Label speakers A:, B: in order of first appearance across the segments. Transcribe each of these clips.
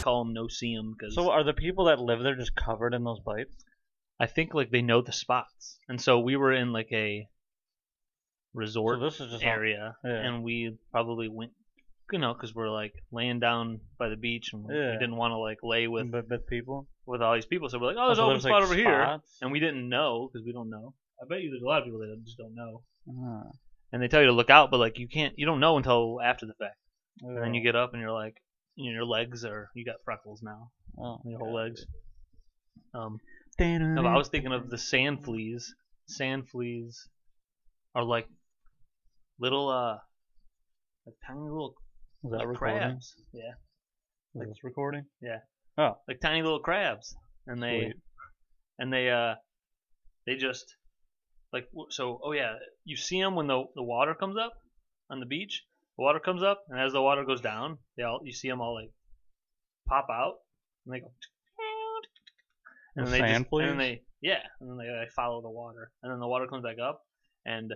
A: call them no see them because
B: So are the people that live there just covered in those bites?
A: I think like they know the spots, and so we were in like a resort
B: So this is just all-
A: area,
B: Yeah.
A: and we probably went, you know, because we're like laying down by the beach, and
B: Yeah.
A: we didn't want to like lay with
B: But, but people.
A: with all these people, so we're like, oh, there's
B: Also,
A: an open
B: there's,
A: spot
B: like,
A: over here,
B: spots.
A: and we didn't know because we don't know. I bet you there's a lot of people that just don't know,
B: Ah.
A: and they tell you to look out, but like you can't, you don't know until after the fact, and then
B: Oh.
A: you get up and you're like, you know, your legs are, you got freckles now,
B: Oh,
A: your whole
B: God.
A: legs. Um, No,
B: Mm-hmm.
A: but I was thinking of the sand fleas. Sand fleas are like little, uh, like tiny little
B: Is
A: like
B: that recording?
A: crabs. Yeah,
B: Is this recording?
A: like tiny little crabs, and they,
B: Sweet.
A: and they, uh, they just like w- so. Oh yeah, you see them when the the water comes up on the beach. The water comes up, and as the water goes down, they all you see them all like pop out, and they go. and
B: The
A: then they
B: sand
A: just, and then
B: fleas?
A: they yeah, and then they like, follow the water, and then the water comes back up, and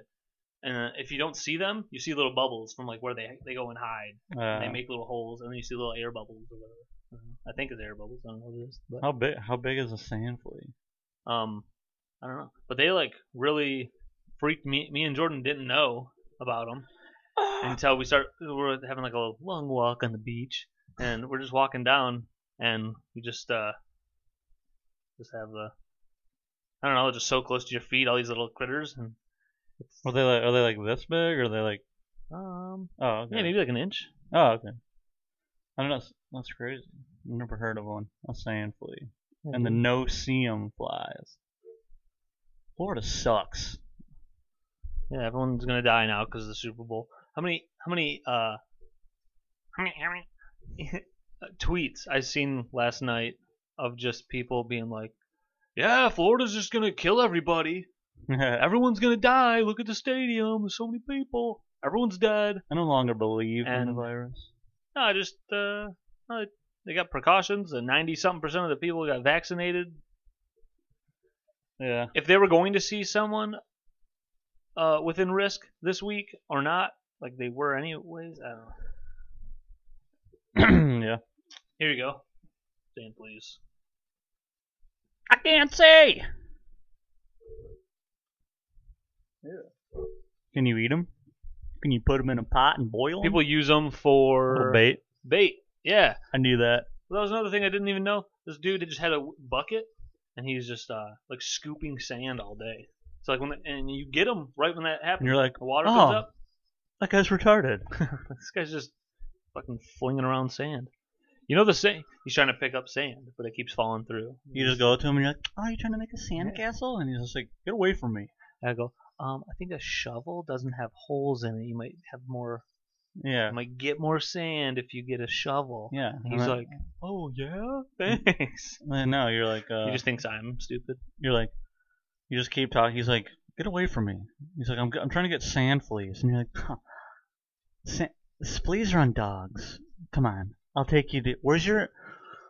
A: and uh, if you don't see them, you see little bubbles from like where they they go and hide. and
B: Uh,
A: they make little holes, and then you see little air bubbles or whatever. I don't know. I think it's air bubbles. I don't know what it is, but
B: how big? How big is a sand flea?
A: um, I don't know. But they like really freaked me. Me and Jordan didn't know about them until we start. We were having like a little long walk on the beach, and we're just walking down, and we just uh, just have the, I don't know, just so close to your feet, all these little critters, and it's,
B: Are they like? Are they like this big? Or are they like?
A: um,
B: Oh, okay.
A: yeah, maybe like an inch.
B: Oh, okay. I don't know. That's, that's crazy. I've never heard of one. A sand flea. And the
A: Mm-hmm.
B: no seum flies. Florida sucks.
A: Yeah, everyone's gonna die now because of the Super Bowl. How many? How many? Uh, how many? How many tweets I seen last night of just people being like, "Yeah, Florida's just gonna kill everybody.
B: I
A: Everyone's gonna die. Look at the stadium. There's so many people. Everyone's dead."
B: no longer believe in the
A: And-
B: virus.
A: No, I just uh, no, they got precautions. And ninety something percent of the people got vaccinated.
B: Yeah.
A: if they were going to see someone uh, within risk this week or not, like they were anyways. I don't know.
B: yeah.
A: Here you go. Stand, please. I can't see.
B: Can you eat them? Can you put them in a pot and boil them?
A: People use them for
B: bait.
A: Bait. Yeah.
B: I knew that.
A: Well, that was another thing I didn't even know. This dude that just had a w- bucket, and he's just uh, like scooping sand all day. It's like when the, and you get him right when that
B: And
A: happens.
B: you're like,
A: The water
B: Oh.
A: comes up.
B: that guy's retarded.
A: this guy's just fucking flinging around sand. You know the sand. He's trying to pick up sand, but it keeps falling through.
B: You just go up to him and you're like, "Oh, you're trying to make a sand castle?" And he's just like, "Get away from me!"
A: I go. Um, I think a shovel doesn't have holes in it. You might have more.
B: Yeah,
A: You might get more sand if you get a shovel.
B: yeah.
A: And he's
B: And
A: like, "Oh yeah, thanks."
B: then- and no, you're like, uh,
A: he just thinks I'm stupid.
B: you're like, you just keep talking. He's like, "Get away from me!" He's like, "I'm, g- I'm trying to get sand fleas," and you're like, huh. sa- "Fleas are on dogs. Come on, I'll take you to where's your,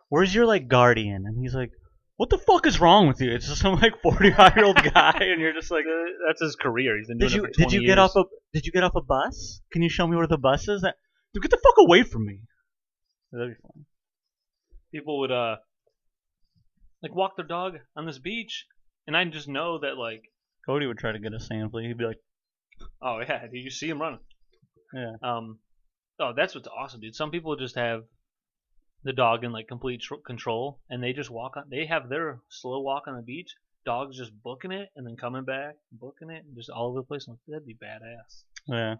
B: where's your like guardian?" And he's like, "What the fuck is wrong with you?" It's just some like 45 year old guy, and you're just like,
A: That's his career. He's been doing
B: Did you
A: it for 20
B: did you
A: years.
B: get off a did you get off a bus? Can you show me where the bus is? That dude, get the fuck away from me. That'd be fun.
A: People would uh, like walk their dog on this beach, and I just know that like,
B: Cody would try to get a sand flea. He'd be like,
A: oh yeah, do you see him running?
B: Yeah.
A: Um, oh, that's what's awesome, dude. Some people just have the dog in like complete tr- control, and they just walk on. They have their slow walk on the beach. Dogs just booking it and then coming back, booking it, and just all over the place. I'm like, that'd be badass.
B: yeah,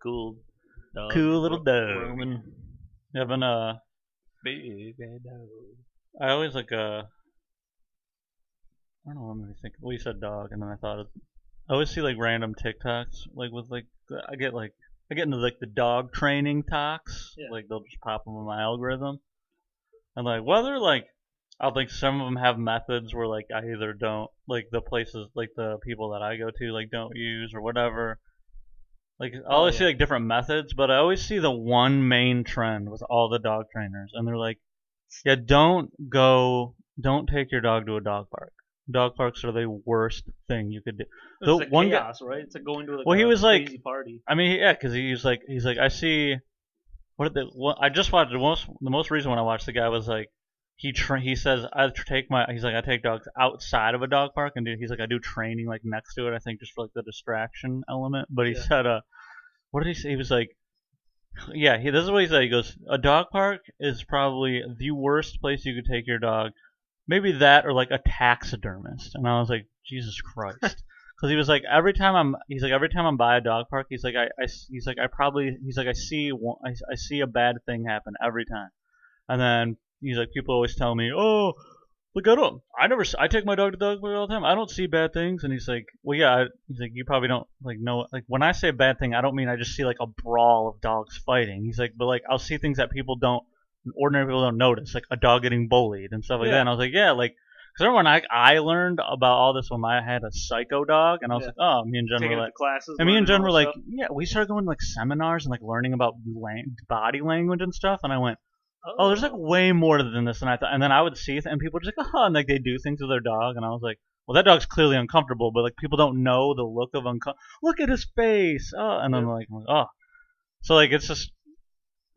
A: Cool. Dog.
B: Cool little
A: Ro-
B: dog.
A: Roaming.
B: yeah. But uh,
A: Big bad dog.
B: I always like uh, I don't know what made me think. Well, you said dog, and then I thought of. I always see like random TikToks, like with like the- I get like I get into like the dog training talks,
A: Yeah.
B: like they'll just pop them in my algorithm, and like whether like I think some of them have methods where like I either don't like the places like the people that I go to like don't use or whatever. Like I
A: Oh,
B: always see
A: yeah.
B: like different methods, but I always see the one main trend with all the dog trainers, and they're like, yeah, don't go, don't take your dog to a dog park. Dog parks are the worst thing you could do. The
A: it's like
B: one guy-
A: chaos, right? It's like going to like
B: Well,
A: a
B: he was like-
A: crazy party.
B: I mean, yeah, because he's like, he's like, I see What did the? What, I just watched the most. The most recent one I watched, the guy was like, he tra- he says I tr- take my. He's like I take dogs outside of a dog park and do. He's like I do training like next to it. I think just for like the distraction element. But he
A: Yeah.
B: said uh, what did he say? He was like. Yeah, he, this is what he said. He goes, a dog park is probably the worst place you could take your dog. Maybe that or like a taxidermist. And I was like, Jesus Christ. Cause he was like every time I'm, he's like every time I'm by a dog park, he's like I, I s- he's like I probably, he's like I see, one- I, I see a bad thing happen every time, and then he's like people always tell me, oh, look I don't, I never, s- I take my dog to the dog park all the time, I don't see bad things, and he's like, well yeah, I, he's like you probably don't like know, like when I say bad thing, I don't mean I just see like a brawl of dogs fighting, he's like, but like I'll see things that people don't, ordinary people don't notice, like a dog getting bullied and stuff like that,
A: Yeah.
B: and I was like yeah, like. Because remember when I, I learned about all this when I had a psycho dog, and I was
A: Yeah.
B: like, oh, me and Jen
A: Taking
B: were
A: it
B: like,
A: to classes.
B: and me
A: learning
B: and Jen
A: all
B: were
A: this
B: like,
A: stuff.
B: yeah, we started going to like seminars and like learning about lang- body language and stuff, and I went, oh, there's like way more than this than I thought. And then I would see, th- and people were just like, oh, and like they do things with their dog, and I was like, well, that dog's clearly uncomfortable, but like people don't know the look of uncom. Look at his face, oh, and then
A: Yeah.
B: like, I'm like, oh, so like it's just,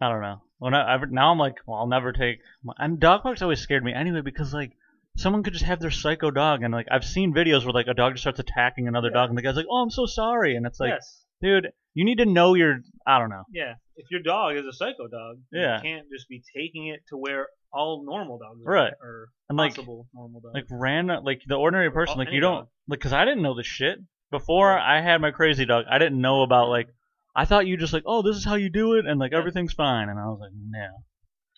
B: I don't know. When I, I've, now I'm like, well, I'll never take. My, and dog parks always scared me anyway because like. Someone could just have their psycho dog, and like I've seen videos where like a dog just starts attacking another
A: Yeah.
B: dog, and the guy's like, "Oh, I'm so sorry," and it's like,
A: yes.
B: dude, you need to know your. I don't know.
A: Yeah. If your dog is a psycho dog,
B: Yeah.
A: you can't just be taking it to where all normal dogs are
B: Right.
A: or
B: And like,
A: possible normal dogs.
B: like random, like the ordinary person,
A: all-
B: like
A: any
B: you don't,
A: dog.
B: like, cause I didn't know this shit before I had my crazy dog. I didn't know about like. I thought you just like, oh, this is how you do it, and like
A: Yeah.
B: everything's fine, and I was like, no.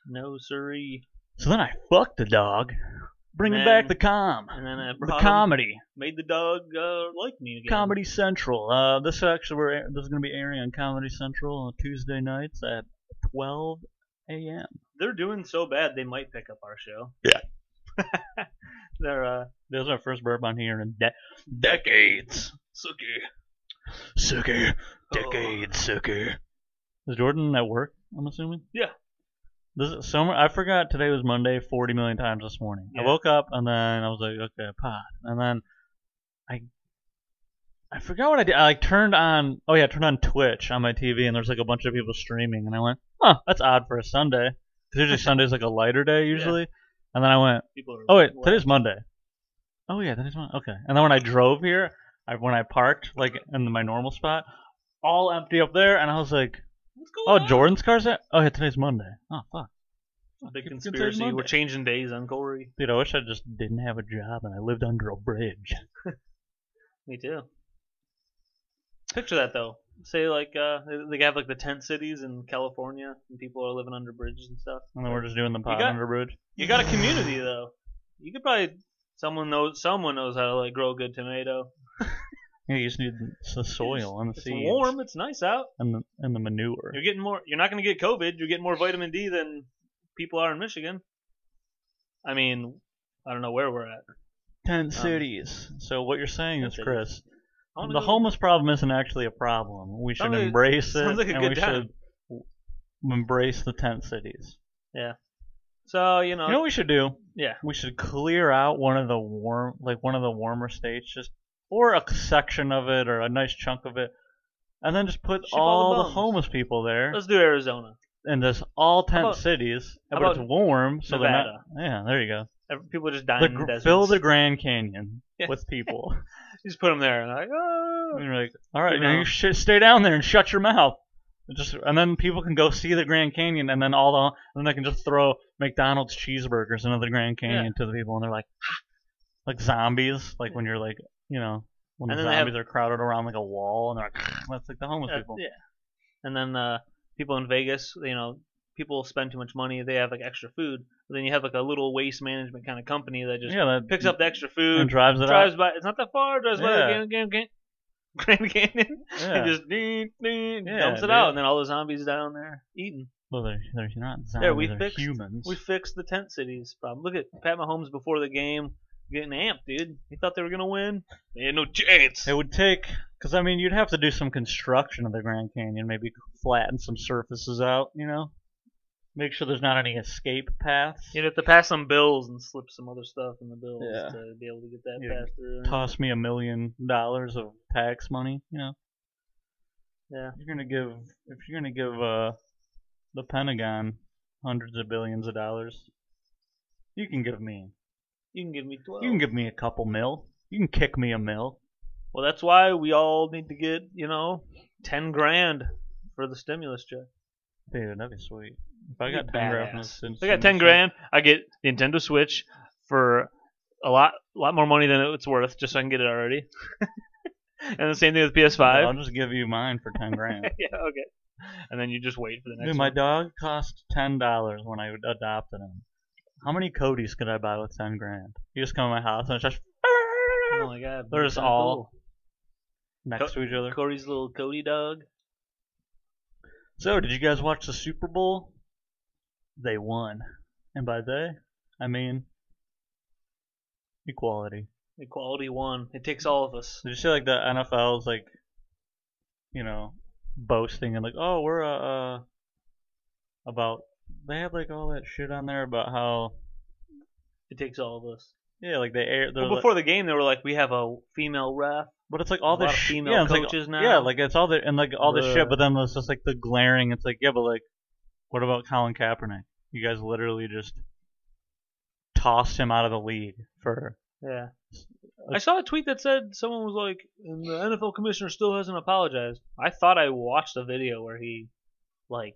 A: no siree.
B: So then I fucked the dog, bringing
A: Then-
B: back the com,
A: And then I
B: the
A: brought him-
B: comedy,
A: made the dog uh, like me again.
B: Comedy Central. Uh, this actually we're this is gonna be airing on Comedy Central on Tuesday nights at 12 a.m.
A: They're doing so bad they might pick up our show.
B: Yeah.
A: They're uh
B: That was my first burp on here in de- decades.
A: suki.
B: Sucker.
A: Decade
B: sucker. Is Jordan at work? I'm assuming.
A: Yeah.
B: This is summer. I forgot today was Monday 40 million times this morning. I
A: Yeah.
B: woke up and then I was like, okay, pod. And then I I forgot what I did. I like turned on. Oh yeah, I turned on Twitch on my TV and there's like a bunch of people streaming and I went, huh, that's odd for a Sunday. 'Cause usually Sunday's like a lighter day usually. And then I went,
A: People are
B: Oh wait,
A: what?
B: today's Monday. Oh yeah, today's Monday. Okay. And then when I drove here, I when I parked like in my normal spot, all empty up there, and I was like,
A: What's going
B: "Oh,
A: on?
B: Jordan's car's at." Oh yeah, today's Monday. Oh fuck,
A: Big
B: It's- it's
A: conspiracy.
B: Monday.
A: We're changing days on Corey.
B: dude. I wish I just didn't have a job and I lived under a bridge.
A: Me too. Picture that though. Say like uh they have like the tent cities in California and people are living under bridges and stuff.
B: And then we're just doing the pod
A: got-
B: under a bridge.
A: You got a community though. You could probably someone knows someone knows how to like grow a good tomato.
B: Yeah, you just need the soil and the
A: It's
B: seeds
A: warm. It's nice out.
B: and the and the manure.
A: You're getting more. You're not going to get COVID. You're getting more vitamin D than people are in Michigan. I mean, I don't know where we're at.
B: Ten cities. Um, So what you're saying
A: Ten
B: is,
A: cities.
B: Chris,
A: I wanna
B: the
A: go-
B: homeless problem isn't actually a problem. We should
A: Sounds like-
B: embrace it,
A: sounds like a
B: and
A: good
B: we
A: time.
B: should w- embrace the tent cities.
A: So you know,
B: You know what we should do?
A: yeah,
B: We should clear out one of the warm, like one of the warmer states, just or a section of it or a nice chunk of it, and then just put
A: Ship all
B: all,
A: the
B: the,
A: bums.
B: homeless people there
A: let's do Arizona.
B: in this all tent
A: about-
B: cities.
A: how
B: but it's
A: about
B: warm, so they're not.
A: Nevada?
B: Yeah, there you go.
A: Every- People just dying
B: The,
A: in
B: gr-
A: deserts.
B: fill the Grand Canyon
A: Yeah.
B: with people.
A: just put them there and like,
B: and
A: oh.
B: you're like, all right,
A: You
B: now
A: know.
B: you sh- stay down there and shut your mouth. And Just and then people can go see the Grand Canyon, and then all the and then they can just throw McDonald's cheeseburgers into the Grand Canyon to the people, and they're like, "Ah." like zombies, like when you're like, you know, when
A: And
B: the
A: then they
B: zombies are crowded around like a wall, and they're like, "Ah," that's like the homeless
A: Uh,
B: people.
A: yeah. And then uh, people in Vegas, you know, people spend too much money. They have like extra food. But then you have like a little waste management kind of company that just
B: Yeah, that
A: picks up the extra
B: and
A: food,
B: drives it
A: drives by. It's not that far. Drives
B: Yeah.
A: by the Grand, Grand, Grand, Grand Canyon.
B: out.
A: It
B: Yeah.
A: just ding, ding,
B: Yeah,
A: dumps it
B: dude.
A: out, and then all the zombies down there eating.
B: well, they're, they're not zombies.
A: There, we
B: they're
A: fixed-
B: humans.
A: We fixed the tent cities problem. Look at Pat Mahomes before the game getting amped, dude. He thought they were gonna win. They had no chance.
B: It would take, because I mean, you'd have to do some construction of the Grand Canyon, maybe flatten some surfaces out, you know? Make sure there's not any escape paths.
A: You'd have to pass some bills and slip some other stuff in the bills
B: Yeah.
A: to be able to get that
B: Yeah.
A: passed through.
B: Toss me a million dollars of tax money, you know?
A: Yeah.
B: You're gonna give if you're gonna give uh the Pentagon hundreds of billions of dollars. You can give me
A: You can give me twelve.
B: you can give me a couple mil. You can kick me a mil.
A: well, that's why we all need to get you know ten grand for the stimulus check.
B: Dude, that'd be sweet. If I
A: You
B: got ten grand from
A: badass.
B: this in-
A: If I got
B: from
A: ten
B: this-
A: grand, I get Nintendo Switch for a lot, lot more money than it's worth, just so I can get it already. and the same thing with
B: I'll
A: PS5.
B: just give you mine for ten grand.
A: yeah, okay. And then you just wait for the next
B: Dude, my
A: one.
B: dog cost ten dollars when I adopted him. How many Cody's could I buy with ten grand? You just come to my house and it's just
A: Oh my god,
B: They're just
A: kinda
B: all
A: Co-
B: next to each other.
A: cool. Cody's little Cody dog.
B: So, did you guys watch the Super Bowl? They won, and by they, I mean equality.
A: Equality one. It takes all of us.
B: Did you see like the NFL's like, you know, boasting and like, oh, we're uh, uh about they have like all that shit on there about how
A: It takes all of us.
B: yeah, like they air. they're
A: Well,
B: like-
A: before the game, they were like, "We have a female ref."
B: But it's like all
A: A lot
B: this
A: of
B: sh-
A: female
B: yeah, it's
A: coaches
B: like,
A: now.
B: Yeah, like it's all the and like all this
A: Bruh.
B: shit. But then it's just like the glaring. It's like yeah, but like, what about Colin Kaepernick? You guys literally just tossed him out of the league for.
A: Yeah.
B: Uh,
A: I saw a tweet that said someone was like, and the NFL commissioner still hasn't apologized. I thought I watched a video where he, like,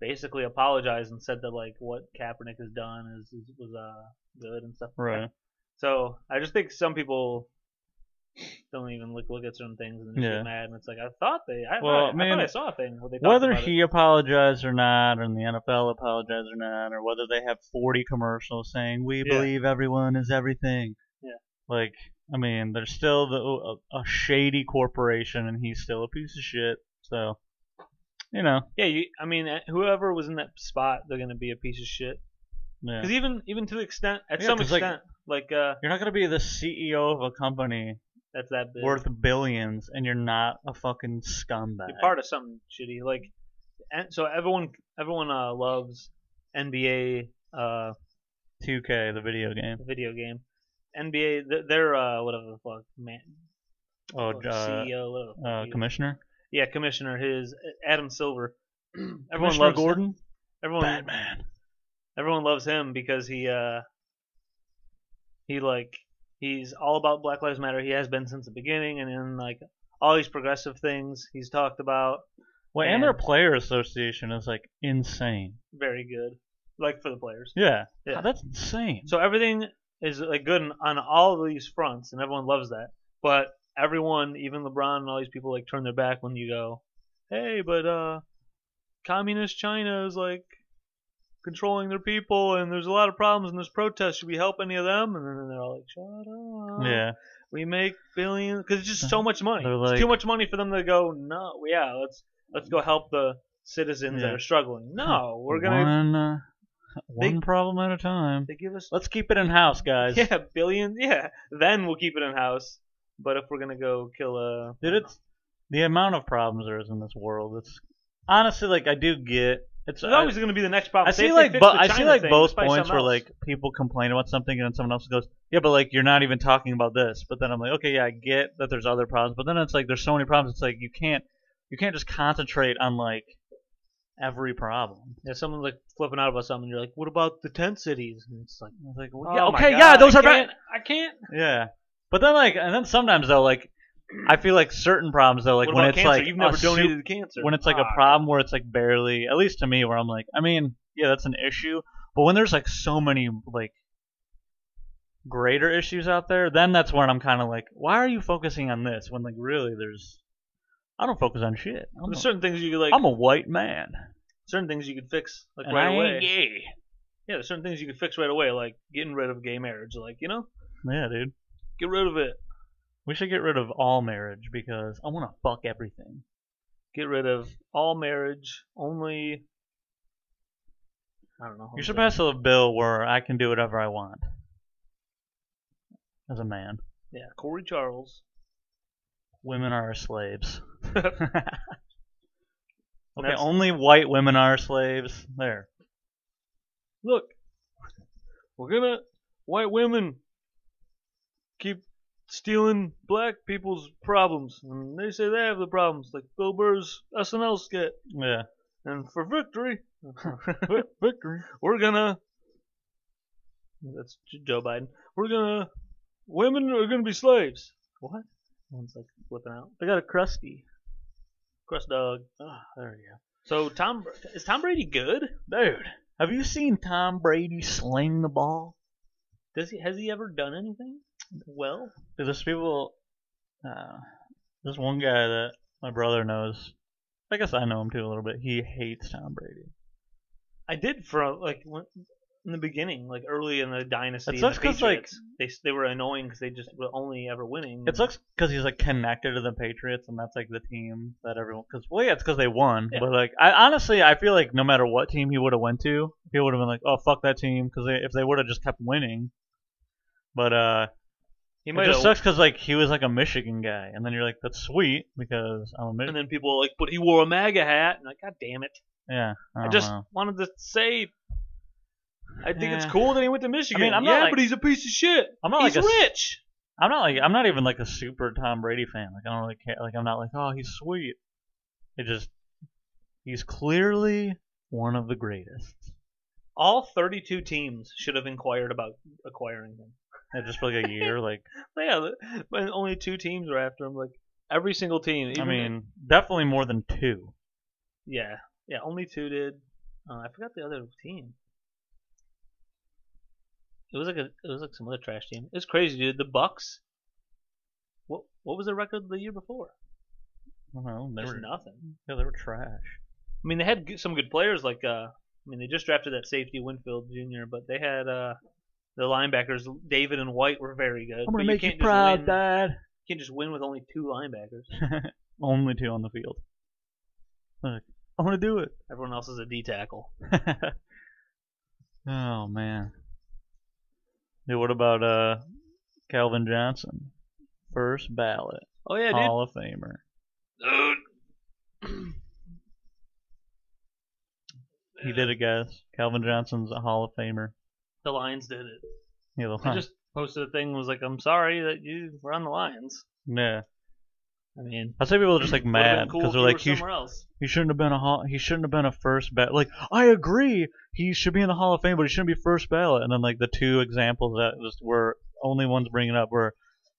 A: basically apologized and said that, like, what Kaepernick has done is, is was uh, good and stuff. like that.
B: Right.
A: So I just think some people don't even look, look at certain things and just
B: Yeah.
A: get mad. And it's like, I thought they, I,
B: Well,
A: I, I
B: man,
A: thought I saw a thing where they talked
B: Whether
A: about it.
B: he apologized or not, and the NFL apologized or not, or whether they have 40 commercials saying we
A: Yeah.
B: believe everyone is everything.
A: Yeah.
B: Like, I mean, there's still the, oh, a, a shady corporation, and he's still a piece of shit. So, you know,
A: Yeah, you, I mean, eh, whoever was in that spot, they're gonna be a piece of shit.
B: yeah.
A: Because even even to the extent, at
B: Yeah,
A: some
B: 'cause, like-
A: extent, like, uh,
B: You're not gonna be the CEO of a company
A: that's that big.
B: worth billions, and you're not a fucking scumbag.
A: You're part of something shitty. Like, and so everyone everyone uh, loves NBA uh,
B: 2K, the video game.
A: video game. NBA, th- they're uh, whatever the fuck, man,
B: Oh,
A: fuck,
B: uh,
A: CEO, whatever. the
B: uh,
A: fuck he-
B: Commissioner.
A: E yeah, commissioner. His Adam Silver. everyone
B: Commissioner
A: loves
B: Gordon.
A: Everyone,
B: Batman.
A: everyone loves him because he uh he like he's all about black lives matter he has been since the beginning and in like all these progressive things he's talked about
B: Well, and their
A: Man.
B: player association is like insane.
A: very good like for the players
B: Yeah,
A: Yeah.
B: God, that's insane.
A: so everything is like good on- on all of these fronts and everyone loves that but everyone even lebron and all these people like turn their back when you go hey but uh communist china is like controlling their people and there's a lot of problems and there's protests should we help any of them and then they're all like shut up
B: yeah, Uh-huh.
A: We make billions because it's just so much money.
B: They're
A: it's
B: like-
A: too much money for them to go. No, yeah, let's let's go help the citizens that
B: Yeah.
A: are struggling. No, we're gonna.
B: one, uh,
A: They-
B: one problem at a time.
A: They give us
B: Let's keep it in house, guys.
A: yeah billions. Yeah, then we'll keep it in house. But if we're gonna go kill a
B: Dude, it's the amount of problems there is in this world. It's honestly like I do get. It's
A: there's
B: I-
A: always gonna be the next problem.
B: I
A: Say if
B: see
A: Oh, they
B: like
A: fix
B: bo-
A: the
B: I see
A: China
B: like
A: thing,
B: both
A: let's buy
B: points
A: something
B: where
A: else.
B: like people complain about something and then someone else goes, yeah, but like you're not even talking about this. But then I'm like, okay, yeah, I get that there's other problems, but then it's like there's so many problems. It's like you can't you can't just concentrate on like every problem.
A: yeah, someone's like flipping out about something. You're like, what about the tent cities? And it's like,
B: It's like,
A: oh
B: well, yeah,
A: my
B: okay,
A: God,
B: yeah, those
A: I
B: are bad.
A: can't- I can't.
B: Yeah, but then like and then sometimes though like I feel like certain problems though like
A: what
B: when
A: about
B: it's
A: cancer?
B: like
A: you've
B: a
A: never
B: su-
A: donated to cancer.
B: when it's like
A: Ah,
B: a problem where it's like barely at least to me where I'm like I mean yeah that's an issue but when there's like so many like greater issues out there then that's when I'm kind of like why are you focusing on this when like really there's I don't focus on shit I'm,
A: There's
B: a,
A: certain things you could like.
B: I'm a white man
A: certain things you could fix like
B: and
A: right
B: I
A: away.
B: ain't gay.
A: Yeah, there's certain things you could fix right away, like getting rid of gay marriage. Like, you know,
B: yeah dude
A: get rid of it.
B: we should get rid of all marriage because I want to fuck everything
A: Get rid of all marriage, only. I don't know.
B: you should pass a bill where I can do whatever I want as a man
A: Yeah, Corey Charles.
B: women are our slaves Okay,
A: That's-
B: only white women are slaves. There.
A: Look, we're gonna. White women keep stealing black people's problems, and they say they have the problems, like Bill Burr's SNL skit.
B: Yeah.
A: and for victory,
B: Victory.
A: we're gonna. That's J- Joe Biden. We're gonna. Women are gonna be slaves. What? One's like flipping out.
B: I got a crusty.
A: Crust dog. Ah,
B: Oh, there we go.
A: So Tom is Tom Brady good?
B: Dude, have you seen Tom Brady sling the ball?
A: Does he has he ever done anything? Well,
B: There's people. Uh, there's one guy that my brother knows. I guess I know him too a little bit. He hates Tom Brady.
A: I did from like when, in the beginning, like early in the dynasty.
B: It
A: and the
B: sucks 'cause, like-
A: Patriots, they s- they were annoying because they just were only ever winning.
B: It sucks because he's like connected to the Patriots, and that's like the team that everyone. Because well, yeah, it's because they won.
A: Yeah.
B: But like, I honestly, I feel like no matter what team he would have went to, he would have been like, "Oh, fuck that team," because if they would have just kept winning. But uh,
A: He
B: it
A: might
B: just
A: have,
B: sucks because like he was like a Michigan guy, and then you're like, "That's sweet," because I'm a
A: and
B: Michigan.
A: then people were like, but he wore a MAGA hat, and like, god damn it!
B: Yeah, I,
A: I
B: don't
A: just
B: know.
A: wanted to say, I think it's
B: Uh-huh. Yeah.
A: cool that he went to Michigan.
B: I'm
A: yeah,
B: not like-
A: but he's a piece of shit.
B: I'm not
A: he's
B: like a s-
A: rich.
B: I'm not like I'm not even like a super Tom Brady fan. Like I don't really care. Like I'm not like oh he's sweet. It just he's clearly one of the greatest.
A: All 32 teams should have inquired about acquiring him.
B: And just for like a year, like
A: But yeah, the- but only two teams were after him. Like every single team.
B: I
A: even-
B: mean definitely more than two.
A: yeah, yeah, only two did. Uh, I forgot the other team. It was like a, it was like some other trash team. It's crazy, dude. The Bucks. What what was their record the year before?
B: I don't know. They
A: Just
B: were
A: nothing.
B: yeah, they were trash.
A: I mean, they had g- some good players. Like, uh, I mean, they just drafted that safety Winfield Jr., but they had uh, the linebackers David and White were very good. but can't just win-
B: Dad.
A: You can't just win with only two linebackers.
B: Only two on the field. Like, I want to do it.
A: Everyone else is a D tackle.
B: oh man. Dude, what about uh Calvin Johnson? First ballot
A: Oh yeah, dude.
B: Hall of Famer.
A: Dude.
B: He did it, guys. Calvin Johnson's a Hall of Famer.
A: The Lions did it.
B: You know,
A: He just posted a thing and was like, "I'm sorry that you were on the Lions."
B: yeah.
A: I mean,
B: I say people are just like
A: would've been
B: mad
A: cool
B: because
A: if
B: they're
A: you
B: like
A: were
B: he, sh-
A: somewhere else.
B: he shouldn't have been a hall- he shouldn't have been a first ballot. Like I agree, he should be in the Hall of Fame, but he shouldn't be first ballot. And then like the two examples that just were only ones bringing up were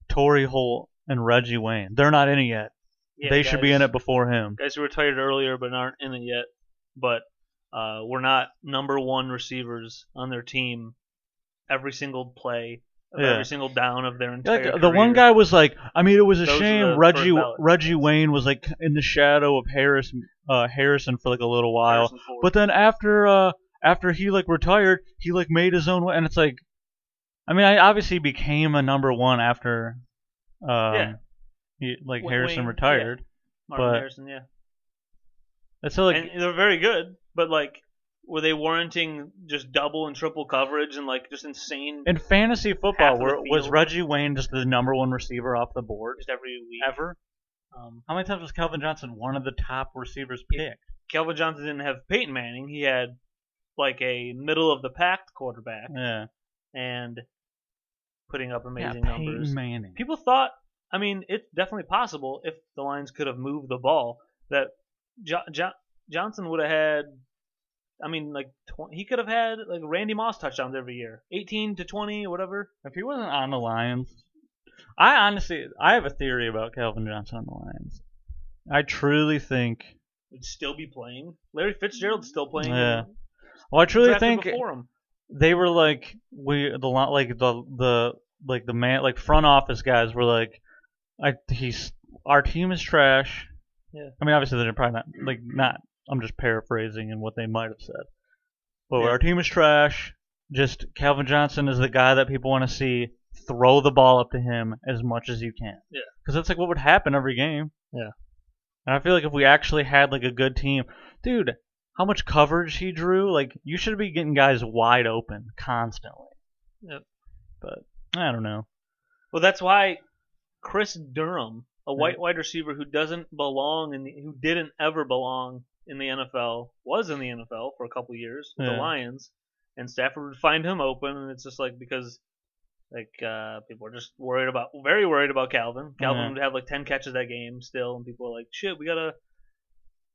B: Tory Holt and Reggie Wayne. They're not in it yet.
A: Yeah,
B: they should be in
A: guys.
B: it before him.
A: guys who retired earlier but aren't in it yet, but uh, were not number one receivers on their team every single play, of
B: Yeah.
A: every single down of their
B: Like,
A: entire.
B: the one
A: career.
B: guy was like, I mean, it was a
A: Those are the
B: shame.
A: first
B: Reggie
A: ballot.
B: Reggie Wayne was like in the shadow of Harris uh, Harrison for like a little while.
A: Harrison Ford.
B: But then after uh after he like retired, he like made his own way, and it's like, I mean, I obviously he became a number one after, um,
A: Yeah.
B: he, like
A: Wa-
B: Harrison
A: Wayne,
B: retired.
A: Marvin
B: but-
A: Harrison, yeah,
B: And so like,
A: and they're very good, but like, were they warranting just double and triple coverage and like just insane
B: in fantasy
A: half
B: football,
A: of the
B: were, was
A: field.
B: Reggie Wayne just the number one receiver off the board
A: just every week?
B: ever?
A: Um,
B: How many times was Calvin Johnson one of the top receivers
A: Yeah.
B: picked?
A: Calvin Johnson didn't have Peyton Manning; he had like a middle of the pack quarterback
B: Yeah,
A: and putting up
B: yeah
A: amazing
B: Peyton
A: numbers.
B: Manning.
A: people thought i mean it's definitely possible if the lions could have moved the ball that jo- jo- johnson would have had i mean like tw- he could have had like randy moss touchdowns every year 18 to 20 or whatever
B: If he wasn't on the Lions, I honestly, I have a theory about Calvin Johnson on the Lions. I truly think
A: would still be playing larry fitzgerald's still playing
B: Yeah. Well, I truly
A: drafted
B: think
A: before him
B: they were like we the lot like the the like the man like front office guys were like, I he's our team is trash.
A: Yeah.
B: I mean, obviously they're probably not like not. I'm just paraphrasing and what they might have said. But
A: Yeah.
B: our team is trash. Just Calvin Johnson is the guy that people want to see. Throw the ball up to him as much as you can.
A: Yeah.
B: Because that's like what would happen every game.
A: Yeah.
B: And I feel like if we actually had like a good team, dude, how much coverage he drew. Like you should be getting guys wide open constantly.
A: Yep.
B: But I don't know.
A: well that's why chris durham a
B: Yeah.
A: white wide receiver who doesn't belong and who didn't ever belong in the NFL was in the NFL for a couple years with the
B: Yeah.
A: Lions, and Stafford would find him open, and it's just like because like uh, people are just worried about very worried about Calvin. Calvin
B: Yeah.
A: would have like ten catches that game still, and people are like, shit, we gotta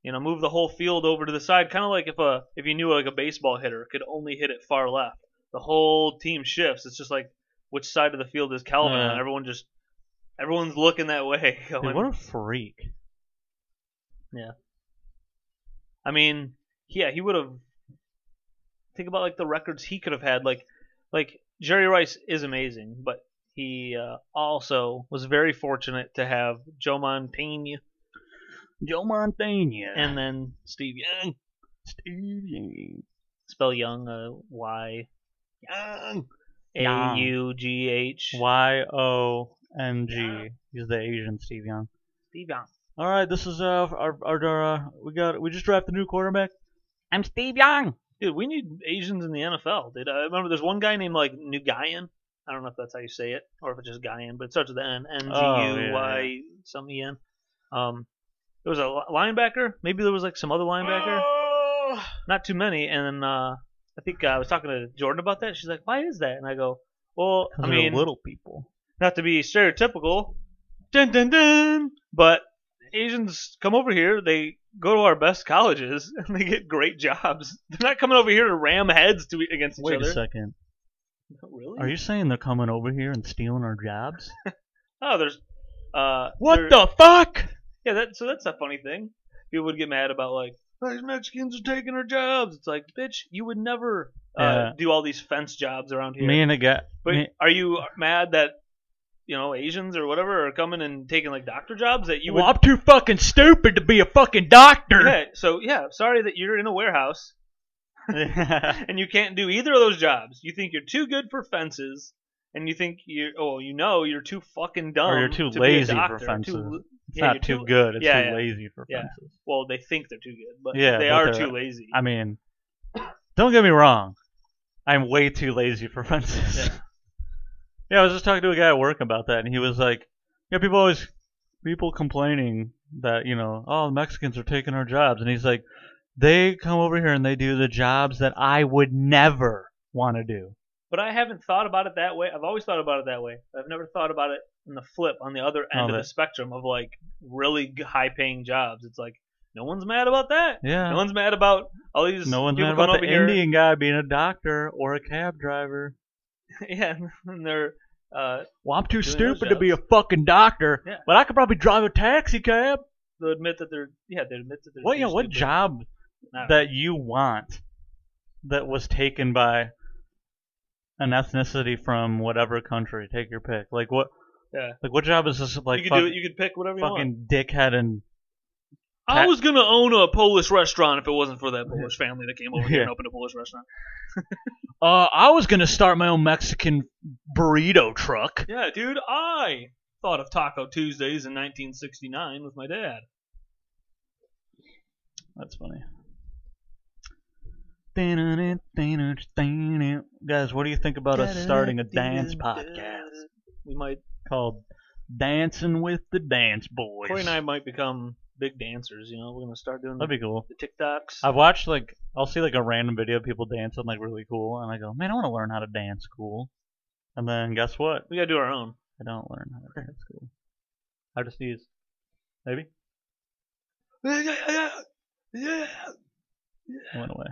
A: You know, move the whole field over to the side, kind of like if a if you knew like a baseball hitter could only hit it far left, the whole team shifts. It's just like which side of the field is Calvin
B: Yeah.
A: on? Everyone just everyone's looking that way.
B: Dude,
A: going,
B: what a freak.
A: I mean, yeah, he would have. Think about like the records he could have had. Like, like Jerry Rice is amazing, but he uh, also was very fortunate to have Joe Montaigne
B: Joe Montana.
A: and then Steve Young.
B: Steve Young.
A: Spell Young, uh, Y
B: Young.
A: A U G H.
B: Y O N
A: Yeah.
B: G. He's the Asian Steve Young.
A: Steve Young.
B: All right, this is uh our our uh, we got we just drafted a new quarterback. I'm Steve Young.
A: Dude, we need Asians in the NFL. Dude, I remember there's one guy named like Nugayan. I don't know if that's how you say it or if it's just Guyan, but it starts with an N N G
B: Oh, yeah,
A: U Y some E N. Um, there was a li- linebacker. Maybe there was like some other linebacker.
B: Oh!
A: Not too many. And then uh, I think uh, I was talking to Jordan about that. She's like, "Why is that?" And I go, "Well, I mean,
B: little people.
A: not to be stereotypical, dun dun dun, but Asians come over here, they go to our best colleges, and they get great jobs. They're not coming over here to ram heads to against each
B: Wait
A: other.
B: a second.
A: Really?
B: Are you saying they're coming over here and stealing our jobs?
A: Oh, there's. Uh, there-
B: fuck?
A: Yeah, that, so that's a funny thing. People would get mad about like "Oh, these Mexicans are taking our jobs. It's like, bitch, you would never uh,
B: Yeah.
A: do all these fence jobs around here.
B: Me and a guy.
A: But
B: me-
A: are you mad that you know Asians or whatever are coming and taking like doctor jobs that you would
B: well, I'm too fucking stupid to be a fucking doctor.
A: Okay, so yeah, sorry that you're in a warehouse and you can't do either of those jobs. You think you're too good for fences, and you think you oh you know you're too fucking dumb
B: Or you're too
A: to be a
B: lazy for
A: doctor,
B: fences.
A: too-
B: it's
A: yeah,
B: not
A: you're
B: too,
A: too-
B: good. It's
A: yeah,
B: too
A: yeah.
B: lazy for
A: Yeah.
B: fences.
A: well, they think they're too good, but
B: Yeah,
A: they
B: but
A: are
B: they're- uh,
A: too lazy.
B: I mean, don't get me wrong. I'm way too lazy for fences.
A: Yeah.
B: Yeah, I was just talking to a guy at work about that, and he was like, "Yeah, people always people complaining that you know, oh, the Mexicans are taking our jobs," and he's like, "They come over here and they do the jobs that I would never want to do."
A: but I haven't thought about it that way. I've always thought about it that way. I've never thought about it in the flip on the other
B: Oh,
A: end of
B: that-
A: the spectrum of like really high paying jobs. It's like no one's mad about that.
B: Yeah,
A: No one's mad about all these.
B: No one's
A: people
B: mad
A: coming
B: about
A: over
B: the
A: here.
B: Indian guy being a doctor or a cab driver.
A: yeah, and they're. Uh,
B: Well, I'm
A: Doing
B: too
A: those
B: stupid to be a fucking doctor,
A: Yeah.
B: but I could probably drive a taxi cab.
A: they'll admit that they're yeah they admit that they're
B: What you
A: too
B: know, what
A: stupid.
B: job
A: No.
B: that you want that was taken by an ethnicity from whatever country? Take your pick. Like what?
A: Yeah.
B: Like what job is this? Like
A: you could
B: fuck-
A: do it, you could pick whatever you want.
B: fucking dickhead and
A: I was gonna own a Polish restaurant if it wasn't for that Polish family that came over here and
B: Yeah.
A: opened a Polish restaurant.
B: uh, I was gonna start my own Mexican burrito truck.
A: Yeah, dude, I thought of Taco Tuesdays in 1969 with my dad.
B: That's funny. Guys, what do you think about us starting a dance podcast
A: We might
B: called "Dancing with the Dance Boys"?
A: Corey and I might become big dancers. You know, we're gonna start doing
B: That'd be cool.
A: the TikToks.
B: I've watched like I'll see like a random video of people dancing like really cool, and I go, man, I want to learn how to dance cool. And then guess what?
A: we gotta do our own.
B: I don't learn how to dance cool. I just use maybe
A: I
B: it went away.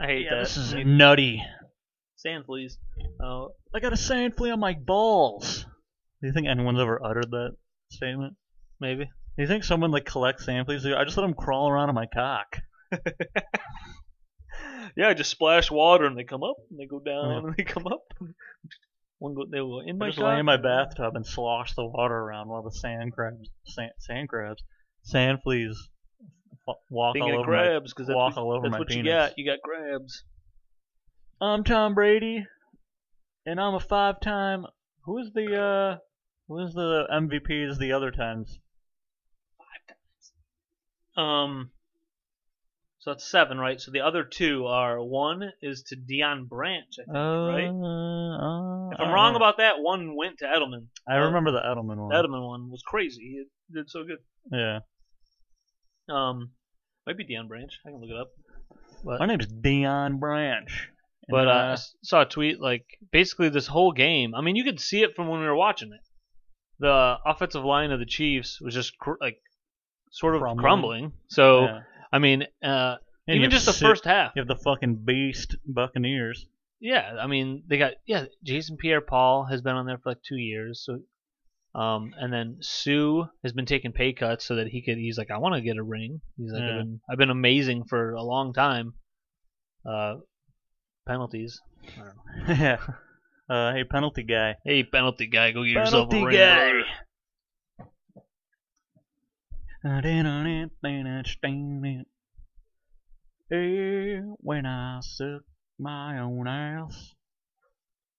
A: hate that.
B: this is nutty.
A: Sand, please. Oh,
B: I got a sand flea on my balls. Do you think anyone's ever uttered that statement?
A: maybe.
B: Do you think someone like collects sand fleas? They go, I just let them crawl around on my cock.
A: Yeah, I just splash water and they come up and they go down
B: Yeah.
A: and they come up. One go, they go in
B: I
A: my
B: Uh-huh. just lay in my
A: cock.
B: bathtub and slosh the water around while the sand crabs, sand, sand crabs, sand fleas fa- walk
A: Thinking
B: all
A: of
B: over my
A: grabs because that's
B: walk
A: what,
B: all over
A: that's
B: my
A: what you
B: penis.
A: got. You got grabs.
B: I'm Tom Brady, and I'm a five-time. Who's the uh? Who's the MVPs the other times?
A: Um, so that's seven, right? So the other two are one is to Dion Branch. I think.
B: Uh, uh,
A: if I'm wrong about that, one went to Edelman.
B: I remember the Edelman one.
A: uh, The Edelman one was crazy. He did so good.
B: Yeah.
A: Um, might be Dion Branch. I can look it up.
B: My name's Dion Branch. and,
A: But uh, I s- saw a tweet like basically this whole game. I mean, you could see it from when we were watching it. The offensive line of the Chiefs was just cr- like sort of
B: Crumbling.
A: crumbling. So
B: Yeah.
A: I mean, uh,
B: And you
A: even
B: have
A: just the
B: Sid-
A: first half.
B: You have the fucking beast Buccaneers.
A: Yeah, I mean they got yeah. Jason Pierre-Paul has been on there for like two years. So, um, and then Sue has been taking pay cuts so that he could. He's like, I want to get a ring. He's like,
B: Yeah.
A: I've, been, I've been amazing for a long time. Uh, penalties.
B: yeah. Uh, hey, penalty guy.
A: Hey, penalty guy, go get
B: Penalty
A: yourself a
B: guy.
A: ring.
B: Hey, when I suck my own ass.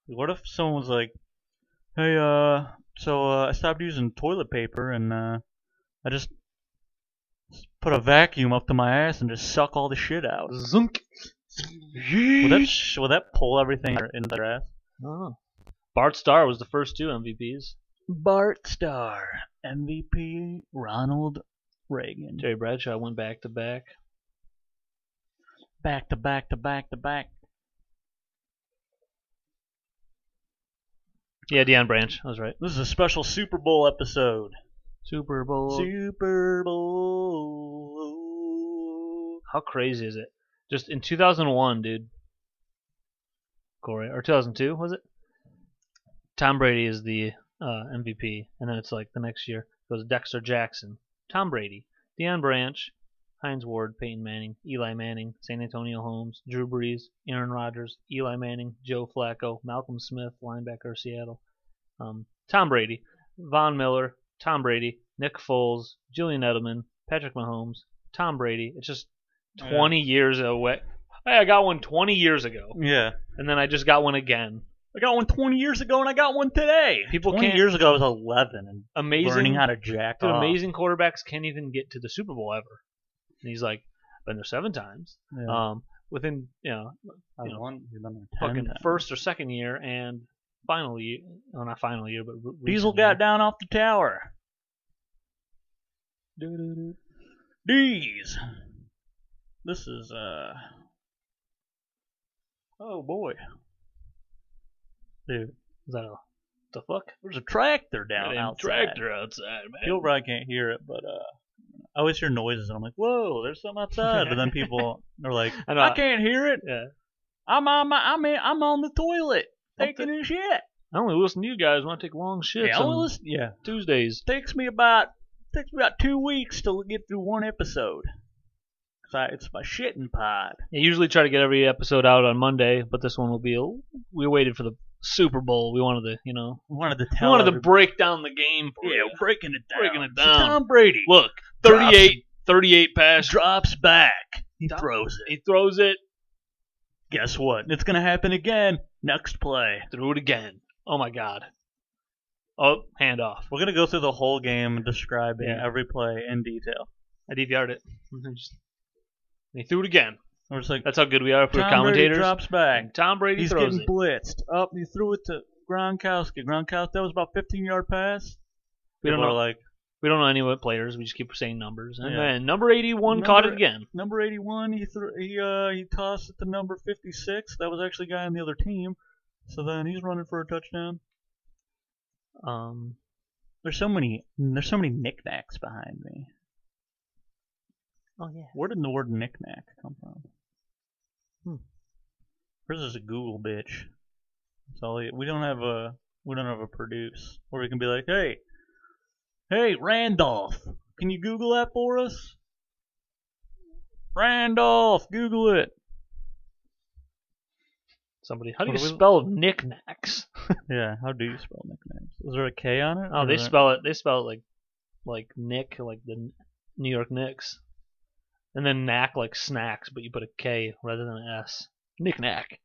B: What if someone was like, "Hey, uh, so uh, I stopped using toilet paper and uh, I just put a vacuum up to my ass and just suck all the shit out."
A: Zunk.
B: Will that sh- will that pull everything in the ass?
A: Oh. Bart Starr was the first two MVPs.
B: Bart Starr, MVP, Ronald Reagan.
A: Terry Bradshaw went back to back.
B: Back to back to back to back.
A: Yeah, Deion Branch. I was right.
B: This is a special Super Bowl episode.
A: Super Bowl.
B: Super Bowl.
A: How crazy is it? Just in 2001, dude. Corey, or 2002 was it? Tom Brady is the uh, MVP, and then it's like the next year it was Dexter Jackson, Tom Brady, Deion Branch, Heinz Ward, Peyton Manning, Eli Manning, San Antonio Holmes, Drew Brees, Aaron Rodgers, Eli Manning, Joe Flacco, Malcolm Smith, linebacker Seattle, um, Tom Brady, Von Miller, Tom Brady, Nick Foles, Julian Edelman, Patrick Mahomes, Tom Brady. It's just 20 years away. Hey, I got one 20 years ago,
B: Yeah.
A: and then I just got one again.
B: I got one 20 years ago and I got one today.
A: People
B: 20
A: can't-
B: years ago I was 11 and
A: Amazing.
B: learning how to jack
A: dude,
B: off.
A: amazing quarterbacks can't even get to the Super Bowl ever. And he's like, been there seven times.
B: Yeah.
A: Um, within you know,
B: I
A: you know,
B: won- I've been there 10
A: fucking
B: times.
A: first or second year and final year. Well, not final year, but re-
B: Diesel
A: recent
B: got
A: year.
B: down off the tower. D's. This is uh. Oh boy,
A: Dude, is that a the fuck?
B: there's a tractor down
A: Goddamn
B: outside.
A: Tractor outside, man.
B: People probably can't hear it, but uh, I always hear noises and I'm like, whoa, there's something outside. But then people are like,
A: I know,
B: I
A: I-
B: can't hear it.
A: Yeah.
B: I'm on my, I'm in, I'm on the toilet
A: I'm
B: taking a shit.
A: I only listen to you guys when I take long shits
B: Yeah, I
A: on
B: only listen- yeah,
A: Tuesdays.
B: takes me about takes me about two weeks to get through one episode. 'Cause I, it's my shitting pod.
A: I usually try to get every episode out on Monday, but this one will be. A, we waited for the Super Bowl. We wanted to, you know,
B: I wanted to
A: we
B: tell.
A: wanted to
B: everybody-
A: break down the game for
B: Yeah,
A: you.
B: breaking it down.
A: Breaking it
B: So
A: down.
B: Tom Brady
A: Look,
B: Drops.
A: 38, 38 pass.
B: drops back. He
A: Dro-
B: throws it.
A: He throws it
B: Guess what? It's gonna happen again. Next play.
A: through it again. Oh my god. Oh, handoff.
B: We're gonna go through the whole game describing
A: Yeah.
B: every play in detail.
A: I DVR'd it. And he threw it again.
B: We're just like
A: That's how good we are if we're
B: Tom
A: commentators.
B: Brady drops back.
A: Tom Brady
B: He's
A: throws
B: getting
A: it.
B: blitzed. Up, he threw it to Gronkowski. Gronkowski, that was about 15 yard pass.
A: We don't
B: People
A: know.
B: are like
A: we don't know any what players. We just keep saying numbers. And
B: Yeah.
A: then number eighty-one caught it
B: Number-
A: again.
B: number 81. He threw. He uh he tossed it to number 56. That was actually a guy on the other team. So then he's running for a touchdown.
A: Um,
B: There's so many. There's so many knickknacks behind me.
A: oh yeah.
B: Where did the word knickknack come from?
A: Hmm.
B: Hers is a Google bitch. So we don't have a we don't have a produce, or we can be like, hey, hey Randolph, can you Google that for us? Randolph, Google it.
A: Somebody, how do you
B: What do we-
A: spell knickknacks?
B: Yeah, how do you spell knickknacks? Is there a K on it?
A: Oh,
B: or
A: they
B: is it-
A: spell it. They spell it like, like Nick, like the N- New York Knicks, and then knack like snacks, but you put a K rather than an S. Nick knack.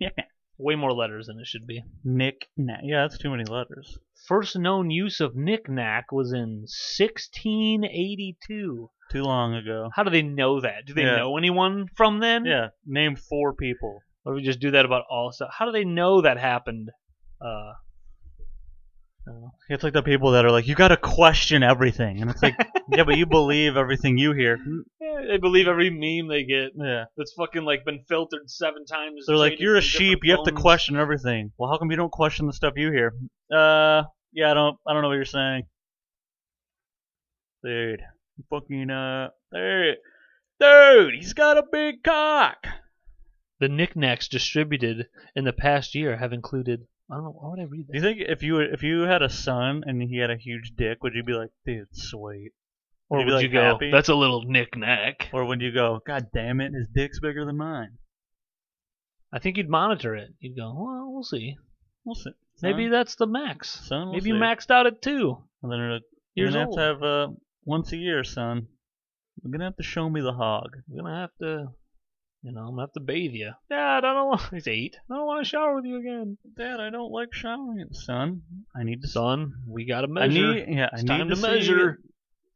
B: knickknack.
A: Way more letters than it should be.
B: Knickknack. Yeah, that's too many letters.
A: First known use of knickknack was in 1682.
B: Too long ago.
A: How do they know that? Do they
B: Yeah.
A: know anyone from then?
B: Yeah, name four people.
A: Or do we just do that about all stuff? How do they know that happened? Uh, I don't know.
B: Uh, It's like the people that are like, you gotta question everything, and it's like, yeah, but you believe everything you hear. Mm,
A: Eh, they believe every meme they get.
B: Yeah,
A: that's fucking like been filtered seven times.
B: they're like,
A: traded
B: you're a
A: from
B: sheep.
A: different
B: You have to
A: phones."
B: question everything. Well, how come you don't question the stuff you hear? Uh, yeah, I don't, I don't know what you're saying, dude. Fucking uh, there, dude, he's got a big cock.
A: The knickknacks distributed in the past year have included. I don't know. Why would I read
B: Do you
A: that?
B: think if you were- if you had a son and he had a huge dick, would you be like, dude, sweet?
A: Or
B: you'd be,
A: would
B: like,
A: you go?
B: happy?
A: That's a little knickknack.
B: Or would you go, god damn it, his dick's bigger than mine?
A: I think you'd monitor it. You'd go. Well, we'll see.
B: We'll see.
A: Maybe
B: son,
A: that's the max.
B: son, we'll
A: Maybe you
B: see.
A: maxed out at two
B: And then you're like, you're
A: years
B: gonna
A: old.
B: have to have uh, once a year, son. You're gonna have to show me the hog.
A: I'm gonna have to, you know, I'm gonna have to bathe you. Dad, I don't want. He's eight. I don't want to shower with you again.
B: Dad, I don't like showering, son. I need to.
A: Son, we gotta
B: I
A: measure.
B: need. Yeah, I
A: it's
B: need
A: time to
B: see-
A: measure.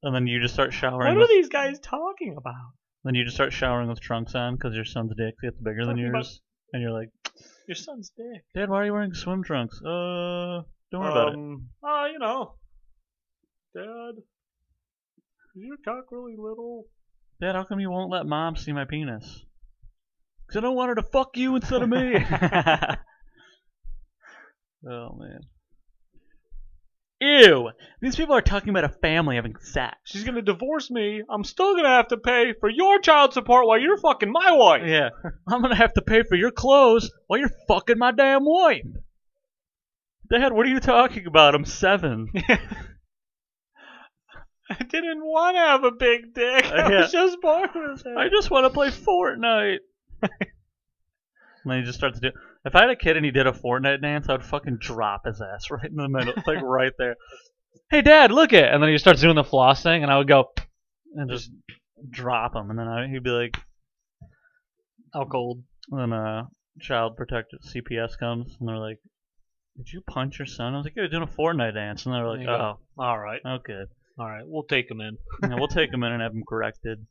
B: And then you just start showering.
A: What
B: With,
A: are these guys talking about?
B: then you just start showering with trunks on because your son's dick gets bigger than
A: Talking
B: yours,
A: about-
B: and you're like,
A: Your son's dick.
B: Dad, why are you wearing swim trunks? Uh, don't worry about it.
A: Oh, you know, Dad, is your cock really little?
B: Dad, how come you won't let mom see my penis? Because I don't want her to fuck you instead of me. oh, man. Ew! These people are talking about a family having sex.
A: She's gonna divorce me. I'm still gonna have to pay for your child support while you're fucking my wife.
B: Yeah. I'm going to have to pay for your clothes while you're fucking my damn wife. Dad, what are you talking about? I'm seven.
A: I didn't want to have a big dick. I
B: Yeah.
A: was just born with it.
B: I just want to play Fortnite. and then he just starts to do. If I had a kid and he did a Fortnite dance, I would fucking drop his ass right in the middle, like right there. Hey, Dad, look it! And then he starts doing the floss thing, and I would go and just drop him, and then I, he'd be like,
A: How cold?
B: and then uh, child protective CPS comes, and they're like, "Did you punch your son?" I was like, "You were doing a Fortnite dance," and they're
A: There
B: like,
A: you
B: "Oh,
A: go. All right.
B: okay,
A: All right, we'll take him in.
B: Yeah, we'll take him in and have him corrected."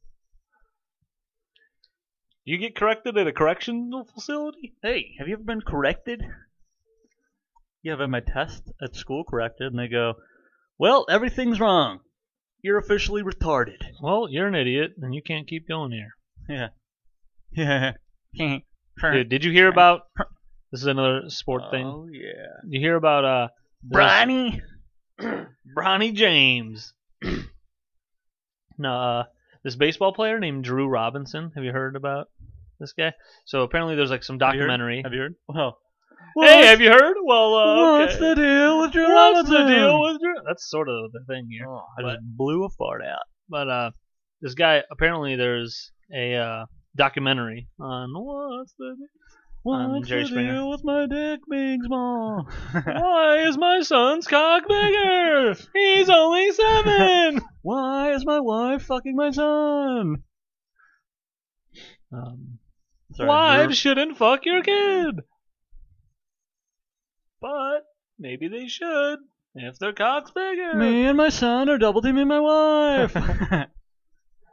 A: You get corrected at a correctional facility?
B: Hey, have you ever been corrected? Yeah, I've had my test at school corrected, and they go, Well, everything's wrong. You're officially retarded.
A: Well, you're an idiot, and you can't keep going here.
B: Yeah.
A: Dude, did you hear about? This is another sport thing.
B: Oh, yeah.
A: You hear about uh, this-
B: Bronny!
A: Bronny James. no, uh, this baseball player named Drew Robinson. Have you heard about this guy? So apparently, there's like some
B: Have you heard-
A: documentary.
B: Have you heard? Well,
A: hey, have you heard? Well, uh,
B: what's
A: okay.
B: the deal with your
A: What's the
B: Robinson?
A: deal with Drew? That's sort of the thing here.
B: Oh, I just blew a fart out.
A: But uh, this guy apparently there's a uh, documentary on what's the Um,
B: What's
A: Jerry
B: the
A: Springer.
B: deal with my dick being small?
A: Why is my son's cock bigger? He's only seven.
B: Why is my wife fucking my son?
A: Um,
B: Sorry,
A: wives
B: Drew-
A: shouldn't fuck your kid, but maybe they should if their cock's bigger.
B: Me and my son are double teaming my wife.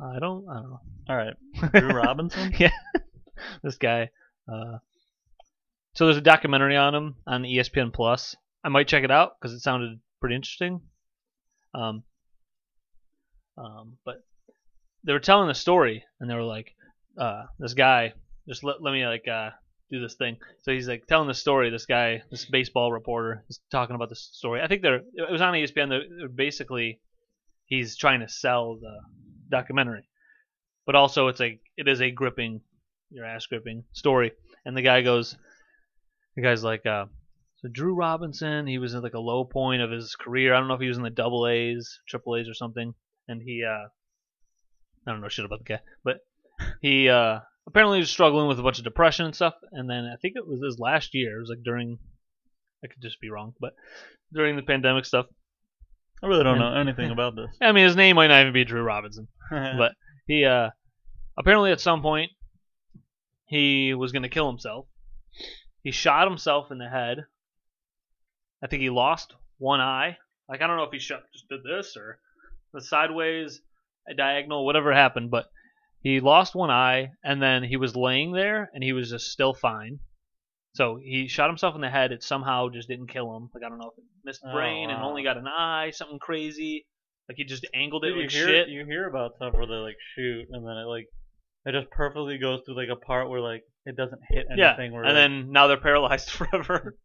B: All
A: I don't. I don't know.
B: right, Drew Robinson.
A: This guy. Uh, so there's a documentary on him on E ESPN Plus. I might check it out because it sounded pretty interesting. Um, um, but they were telling the story, and they were like, uh, "This guy, just let, let me like uh, do this thing." So he's like telling the story. This guy, this baseball reporter, is talking about the story. I think they're it was on E ESPN. They're, they're basically, he's trying to sell the documentary, but also it's like it is a gripping, your ass gripping story. And the guy goes, the guy's like, uh, so Drew Robinson, he was at like a low point of his career. I don't know if he was in the double A's, triple A's, or something. And he, uh, I don't know shit about the guy, but he uh, apparently was struggling with a bunch of depression and stuff. And then I think it was his last year. It was like during, I could just be wrong, but during the pandemic stuff.
B: I really don't know anything about this.
A: I mean, his name might not even be Drew Robinson.
B: but
A: but he uh apparently at some point he was gonna kill himself he shot himself in the head i think he lost one eye like i don't know if he shot just did this or the sideways a diagonal whatever happened but he lost one eye and then he was laying there and he was just still fine so he shot himself in the head it somehow just didn't kill him like i don't know if it missed the
B: Oh,
A: brain and
B: wow.
A: only got an eye something crazy like he just angled it
B: you
A: like
B: hear
A: shit
B: you hear about stuff where they like shoot and then it like it just perfectly goes through like a part where like it doesn't hit anything.
A: Yeah,
B: where,
A: and then now they're paralyzed forever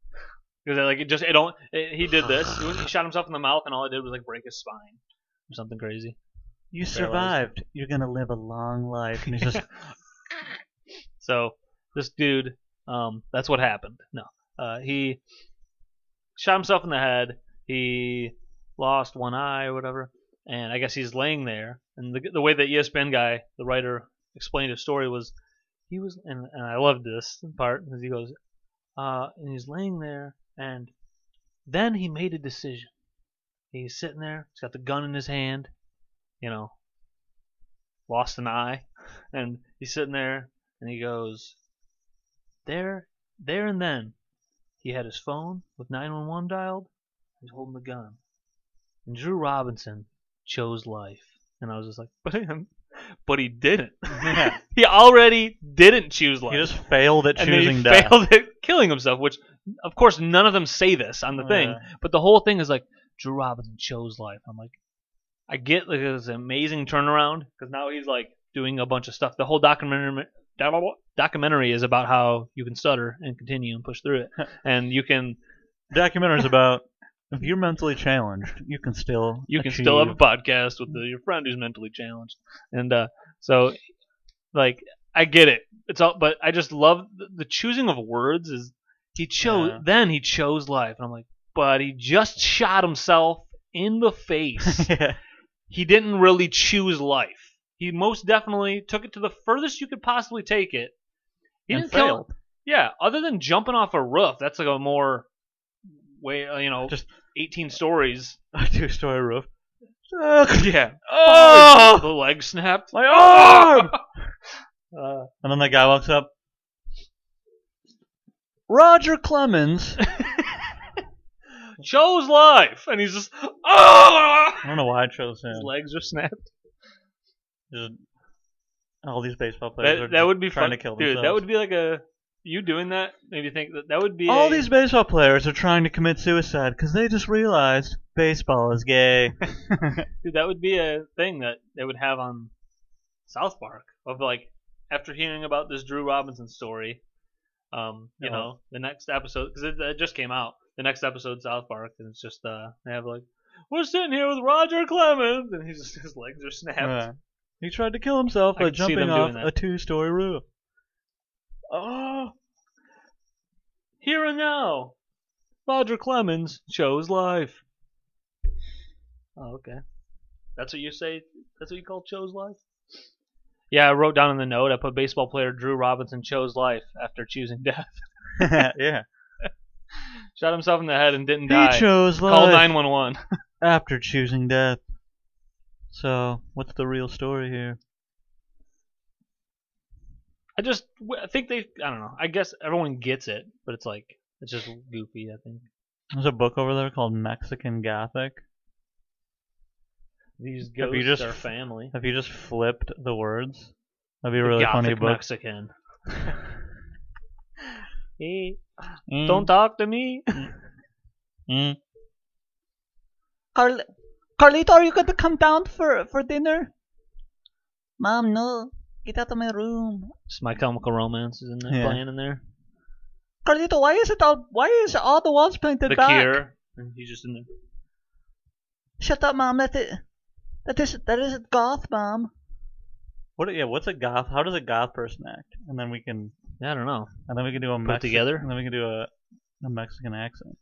A: because like it just it don't it, he did this he, was- he shot himself in the mouth and all it did was like break his spine or something crazy.
B: You
A: Paralyzed.
B: survived. You're gonna live a long life. And he's just
A: So this dude, um, that's what happened. No, uh, he shot himself in the head. He lost one eye or whatever, and I guess he's laying there. And the, the E way that ESPN guy, the writer, explained his story was, he was, and, and I loved this part because he goes, uh, and he's laying there, and then he made a decision. He's sitting there. He's got the gun in his hand. You know, lost an eye, and he's sitting there and he goes there there and then he had his phone with 911 dialed he's holding the gun and drew robinson chose life and i was just like but him but he didn't
B: yeah.
A: he already didn't choose life
B: He just failed at
A: and
B: choosing
A: then he
B: death.
A: failed at killing himself which of course none of them say this on the thing
B: Oh, Yeah.
A: but the whole thing is like drew robinson chose life i'm like i get like this amazing turnaround because now he's like doing a bunch of stuff the whole documentary documentary is about how you can stutter and continue and push through it and you can
B: Documentary's about if you're mentally challenged, you can still
A: you can still have a
B: achieve-
A: podcast with the, your friend who's mentally challenged and uh so like i get it it's all but i just love the, the choosing of words is he chose
B: Yeah.
A: then he chose life and i'm like but he just shot himself in the face
B: yeah.
A: he didn't really choose life he most definitely took it to the furthest you could possibly take it he
B: and
A: didn't kill-
B: failed.
A: yeah other than jumping off a roof that's like a more way uh, you know
B: Just-
A: 18 stories
B: A two-story roof. Ugh,
A: yeah
B: Oh!
A: the leg snapped
B: my arm!
A: Uh,
B: and then that guy walks up. Roger Clemens.
A: chose life, and he's just oh,
B: I don't know why I chose him.
A: his legs are snapped.
B: Just- all these baseball players are
A: That, that
B: just
A: would be
B: trying
A: fun,
B: to kill
A: dude.
B: themselves.
A: That would be like a you doing that made me think that that would be
B: All
A: a-
B: these baseball players are trying to commit suicide because they just realized baseball is gay.
A: dude, that would be a thing that they would have on South Park of like after hearing about this Drew Robinson story, um, you
B: Oh.
A: know, the next episode because it, it just came out. The next episode South Park, and it's just uh, they have like we're sitting here with Roger Clemens, and he's just his legs are snapped.
B: Yeah. Uh, He tried to kill himself
A: I
B: by
A: could see them
B: jumping
A: doing
B: off
A: that.
B: a two-story roof. Oh,
A: Here and now, Roger Clemens chose life. Oh, okay. That's what you say? That's what you call chose life? Yeah, I wrote down in the note, I put baseball player Drew Robinson chose life after choosing death.
B: yeah.
A: Shot himself in the head and didn't
B: He
A: die.
B: chose life
A: Called 911.
B: after choosing death. So, what's the real story here?
A: I just, I think they, I don't know. I guess everyone gets it, but it's like, it's just goofy, I think.
B: There's a book over there called Mexican Gothic.
A: These
B: Have
A: ghosts
B: you just-
A: are family.
B: If you just flipped the words, that'd be a really
A: Gothic
B: funny book.
A: Mexican. Hey, don't talk to me.
B: Mm. Carl- Carlito, are you going to come down for, for dinner? Mom, no. Get out of my room.
A: Just my chemical romance is in there,
B: Yeah.
A: playing in there.
B: Carlito, why is it all why is all the walls painted
A: the
B: black?
A: Cure. And he's just in there.
B: Shut up, mom. That is that is that is goth, mom. What? Yeah. What's a goth? How does a goth person act? And then we can
A: Yeah, I don't know.
B: and then we can do a
A: Put it together?
B: And then we can do a, a Mexican accent.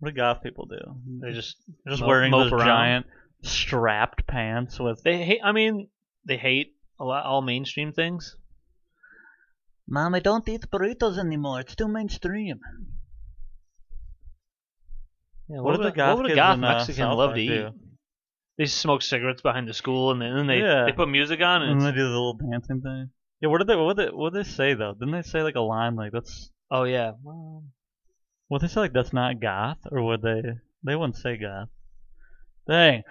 B: What do goth people do?
A: They just
B: They're just
A: mope-
B: wearing
A: mope
B: those
A: around.
B: giant strapped pants with.
A: They hate. I mean, they hate a lot all mainstream things.
B: Mom, I don't eat burritos anymore. It's too mainstream.
A: Yeah,
B: What
A: would
B: did
A: a-
B: the goth
A: what would a
B: kids
A: goth
B: in, uh,
A: Mexican
B: South
A: love
B: Park
A: to
B: do?
A: eat? They smoke cigarettes behind the school, and then, and they
B: Yeah.
A: they put music on, and
B: And they
A: it's,
B: do the little dancing thing. Yeah. What did they? What did they, what did they say though? Didn't they say like a line like that's
A: oh yeah, well,
B: Would they say like that's not goth, or would they? They wouldn't say goth. Dang,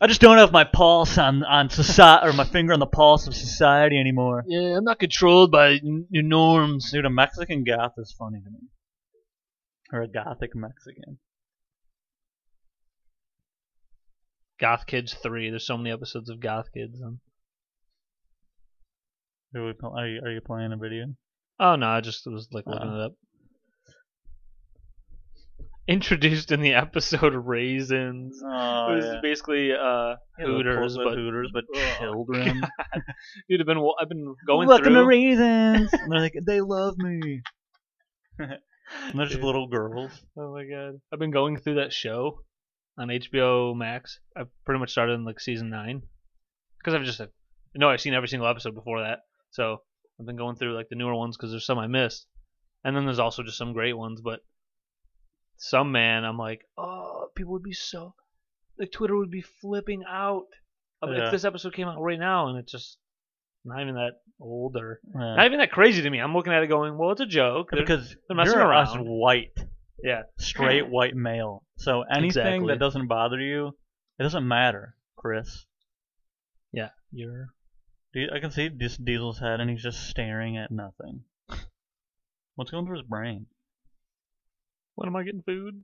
B: I just don't have my pulse on on society or my finger on the pulse of society anymore.
A: yeah, I'm not controlled by n- your norms.
B: Dude, a Mexican goth is funny to me, or a gothic Mexican.
A: Goth Kids Three. There's so many episodes of Goth Kids. And,
B: Are, we, pl- are you are you playing a video? Uh.
A: oh no, I just was like looking
B: Uh-uh.
A: it up. introduced in the episode raisins.
B: Oh,
A: it was
B: yeah.
A: basically uh,
B: Yeah, the
A: Hooters,
B: Portland
A: but
B: Hooters, but
A: Oh,
B: children.
A: dude, I've been wa- I've been going
B: Welcome
A: through.
B: to Raisins. and they're like, they love me. And they're just
A: Dude.
B: little girls.
A: Oh my god. I've been going through that show on HBO Max. I pretty much started in like season 9 cuz I've just no, I've seen every single episode before that. So, I've been going through like the newer ones cuz there's some I missed. And then there's also just some great ones, but some man I'm like, "Oh, people would be so like Twitter would be flipping out of-
B: Yeah.
A: if this episode came out right now and it's just not even that old or
B: Yeah.
A: not even that crazy to me. I'm looking at it going, "Well, it's a joke." They're-
B: because
A: they're messing
B: you're
A: around.
B: us white,
A: yeah.
B: straight white male. So anything
A: Exactly.
B: that doesn't bother you, it doesn't matter, Chris.
A: Yeah. You're
B: Do you- I can see this Diesel's head, and he's just staring at nothing. What's going through his brain?
A: When am I getting food?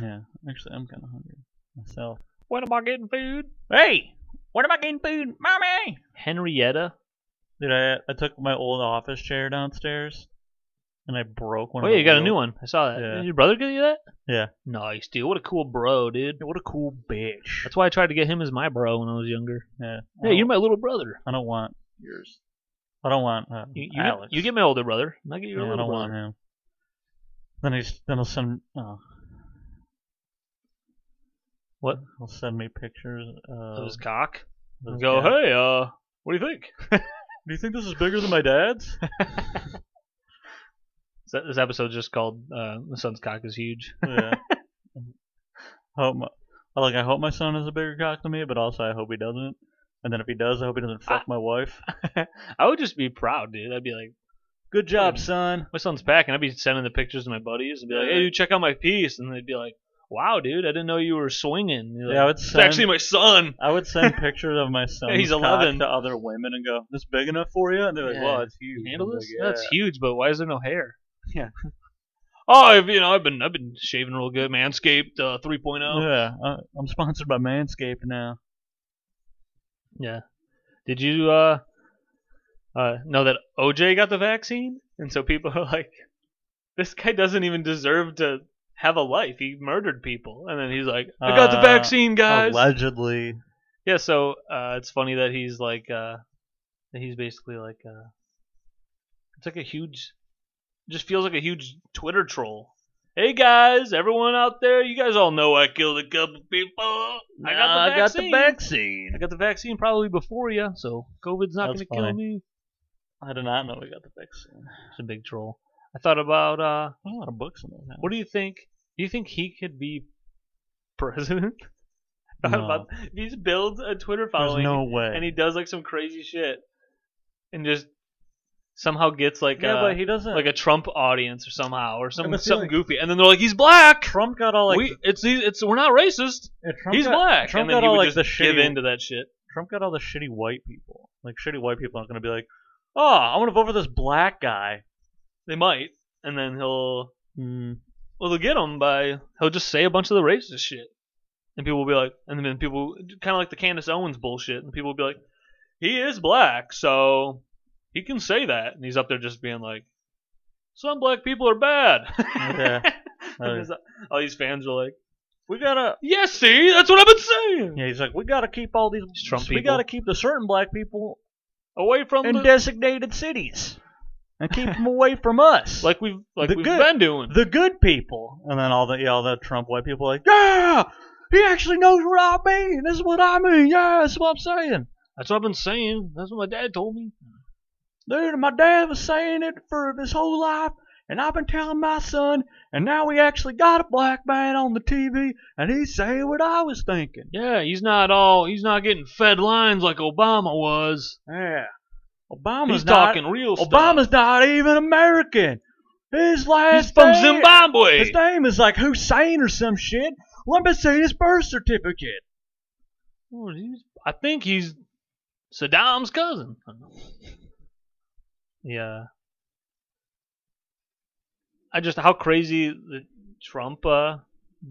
B: Yeah, actually, I'm kind of hungry myself.
A: When am I getting food?
B: Hey, what am I getting food, mommy?
A: Henrietta.
B: Dude, I I took my old office chair downstairs, and I broke one.
A: Oh
B: of
A: yeah,
B: the
A: you got a new
B: wheels.
A: one. I saw that.
B: Yeah.
A: Did your brother get you that?
B: Yeah.
A: Nice, dude. What a cool bro, dude.
B: Yeah, What a cool bitch.
A: That's why I tried to get him as my bro when I was younger.
B: yeah. I
A: Hey,
B: don't-
A: you're my little brother.
B: I don't want yours. I don't want uh,
A: You, you,
B: Alex.
A: Get, you get my older brother. and I get your
B: Yeah, I
A: little
B: don't want
A: brother.
B: him. Then he's then he'll send. Oh.
A: What?
B: He'll send me pictures uh,
A: Of his cock.
B: of his
A: Go,
B: cat.
A: hey, uh, what do you think?
B: Do you think this is bigger than my dad's?
A: So This episode's just called uh, "The Son's Cock Is Huge."
B: yeah. Hope my, I like. I hope my son has a bigger cock than me, but also I hope he doesn't. And then if he does, I hope he doesn't fuck my wife.
A: I would just be proud, dude. I'd be like,
B: Good job,
A: Dude.
B: son.
A: my son's packing. I'd be sending the pictures to my buddies and be like, hey, dude, check out my piece. And they'd be like, wow, dude, I didn't know you were swinging. You're
B: Yeah, I
A: like,
B: would
A: it's
B: send-
A: actually my son.
B: I would send pictures of my son.
A: He's 11.
B: to other women and go, "This big enough for you?" And they're like,
A: Yeah.
B: "Well, it's huge."
A: handle
B: I'm
A: this?
B: Like,
A: That's
B: "Yeah."
A: huge, but why is there no hair?
B: Yeah.
A: oh, I've, you know, I've been I've been shaving real good. Manscaped uh, 3.0.
B: Yeah, I, I'm sponsored by Manscaped now.
A: Yeah. Did you uh, uh, know that OJ got the vaccine? And so people are like, this guy doesn't even deserve to have a life. He murdered people. And then he's like, I got the
B: Uh,
A: vaccine, guys.
B: Allegedly,
A: Yeah, so uh, it's funny that he's like uh, that he's basically like uh, it's like a huge, just feels like a huge Twitter troll. Hey guys, everyone out there, you guys all know I killed a couple people. I got the vaccine.
B: vaccine.
A: I got the vaccine probably before you, so COVID's not going
B: That's
A: to kill
B: funny.
A: me.
B: I do not know we got the vaccine.
A: It's a big troll. I thought about uh,
B: There's a lot of books in there.
A: what do you think? Do you think he could be president? I thought
B: No.
A: about if he just builds a Twitter
B: There's
A: following.
B: no way.
A: and he does like some crazy shit, and just somehow gets like
B: yeah,
A: a
B: but he doesn't.
A: like a Trump audience or somehow or some
B: but see,
A: something
B: like-
A: goofy, and then they're like, he's black.
B: Trump got all like.
A: we it's these- it's we're not racist.
B: yeah, Trump
A: he's
B: got,
A: black.
B: Trump
A: and then
B: got
A: he
B: all
A: would just
B: like the
A: give
B: shitty.
A: into that shit.
B: Trump got all the shitty white people. Like shitty white people aren't gonna be like, oh, I want to vote for this black guy.
A: Ah, They might, and then he'll
B: Mm.
A: well they'll get him by he'll just say a bunch of the racist shit, and people will be like, and then people kind of like the Candace Owens bullshit, and people will be like, he is black, so he can say that, and he's up there just being like. Some black people are bad.
B: Yeah.
A: And
B: Uh,
A: there's, uh, all these fans are like,
B: we gotta.
A: "Yes, see, that's what I've been saying."
B: Yeah, he's like, we gotta keep all these.
A: These Trump
B: we
A: people.
B: gotta keep the certain black people
A: Away from
B: in
A: the,
B: designated cities and keep them away from us.
A: like we've like
B: the
A: we've
B: good-
A: been doing.
B: the good people. And then all the all the Trump white people are like, yeah, he actually knows what I mean. This is what I mean. Yeah, that's what I'm saying.
A: that's what I've been saying. That's what my dad told me.
B: Dude, my dad was saying it for his whole life, and I've been telling my son, and now we actually got a black man on the TV, and he's saying what I was thinking.
A: Yeah, he's not all he's not getting fed lines like Obama was.
B: Yeah. Obama's
A: He's
B: not,
A: talking real
B: Obama's
A: stuff.
B: not even American. His last
A: he's from
B: name-
A: Zimbabwe.
B: His name is like Hussein or some shit. Let me see his birth certificate.
A: Oh, he's- I think he's Saddam's cousin. Yeah. I just how crazy the Trump uh,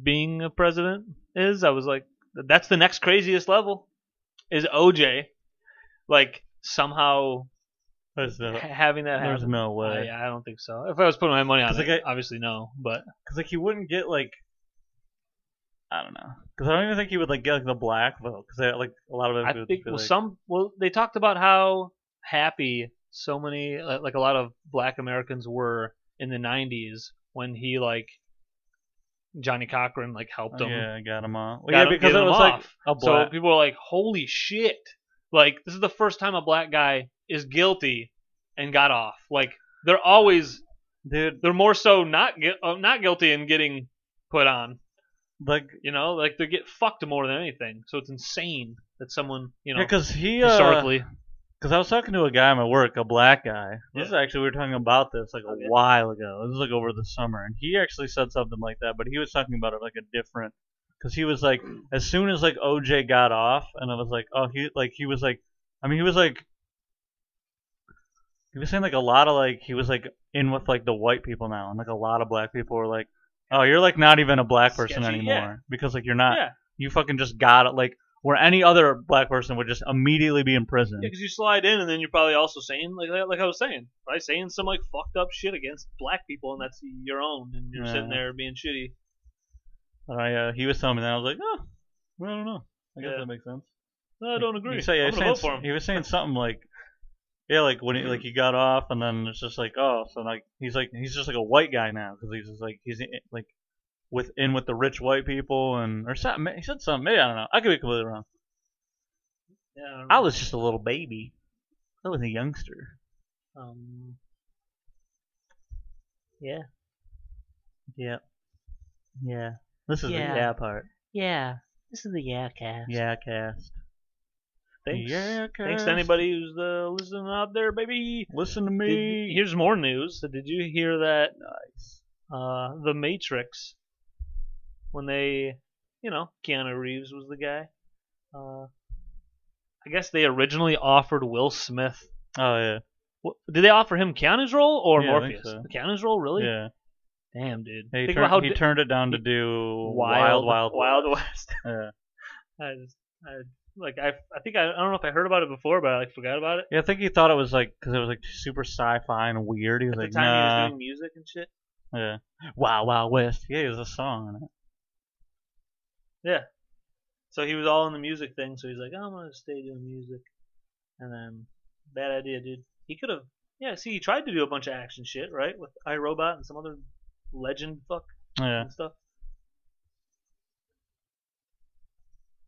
A: being a president is. I was like, that's the next craziest level. Is OJ like somehow
B: There's
A: ha-
B: no,
A: having that
B: there's
A: happen?
B: no way.
A: I, I don't think so. If I was putting my money on it,
B: Because, like, I-
A: obviously no. But
B: Because like he wouldn't get like I don't know. Because I don't even think he would like get like the black vote. Because like a lot of them.
A: I
B: would
A: think
B: be,
A: well,
B: like,
A: some well they talked about how happy so many uh, like a lot of black Americans were in the 90s when he like Johnny Cochran like
B: Oh,
A: helped them.
B: yeah, I got him off. Well,
A: got
B: yeah,
A: him-
B: because
A: gave
B: it
A: him
B: was like
A: off.
B: a
A: So
B: black.
A: people were like, "Holy shit." Like this is the first time a black guy is guilty and got off. Like they're always
B: dude,
A: they're more so not gui- uh, not guilty and getting put on.
B: like
A: You know, like they get fucked more than anything. So it's insane that someone, you know,
B: yeah, because he uh,
A: historically.
B: Because I was talking to a guy at my work, a black guy.
A: Yeah.
B: This is actually, we were talking about this like a
A: Okay.
B: while ago. This was like over the summer. And he actually said something like that, but he was talking about it like a different. Because he was like, as soon as like OJ got off, and I was like, oh, he, like, he was like, I mean, he was like, he was saying like a lot of like, he was like in with like the white people now. And like a lot of black people were like, oh, you're like not even a black person
A: Sketchy, yeah.
B: anymore. Because like you're not,
A: yeah,
B: you fucking just got it. Like, where any other black person would just immediately be in prison.
A: because you slide in, and then you're probably also saying, like, like I was saying, right, saying some like fucked up shit against black people, and that's your own, and you're sitting
B: Yeah.
A: there being shitty.
B: And I, uh, he was telling me that. I was like, oh, well, I don't know. I guess
A: Yeah.
B: that makes sense.
A: No, I don't agree.
B: He, say- he
A: I'm
B: was
A: gonna
B: saying,
A: vote for
B: s-
A: him.
B: he was saying something like, yeah, like when he, like he got off, and then it's just like, oh, so like he's like he's just like a white guy now because he's just like he's in, like within with the rich white people and or something. He said something. Maybe I don't know. I could be completely wrong.
A: Yeah, I, don't
B: I
A: know.
B: was just a little baby. I was a youngster.
A: Um, yeah.
B: Yeah. Yeah. This is
A: Yeah.
B: the yeah part.
A: Yeah. This is the yeah cast.
B: Yeah, cast.
A: Thanks.
B: Yeah,
A: Thanks
B: cast.
A: to anybody who's uh, listening out there, baby.
B: Listen to
A: Did-
B: me.
A: here's more news. Did you hear that? Nice. Uh, the Matrix. When they, you know, Keanu Reeves was the guy. Uh, I guess they originally offered Will Smith.
B: oh yeah.
A: Wh- Did they offer him Keanu's role or
B: Yeah, I
A: Morpheus?
B: think so.
A: Keanu's role, really?
B: Yeah.
A: Damn, dude.
B: He,
A: Think
B: tur-
A: about how
B: he
A: di-
B: turned it down to
A: he-
B: do
A: wild,
B: Wild Wild
A: West.
B: Yeah.
A: I just, I, like I, I think I, I don't know if I heard about it before, but I like forgot about it.
B: Yeah, I think he thought it was like because it was like super sci-fi and weird. He was
A: At
B: like,
A: the time, he
B: nah.
A: was doing music and shit.
B: yeah. Wild Wild West. Yeah, there's a song in it.
A: So he was all in the music thing, so he's like, "Oh, I'm gonna stay doing music. And then bad idea, dude. He could have yeah, see he tried to do a bunch of action shit, right? With iRobot and some other legend fuck
B: Yeah.
A: and stuff.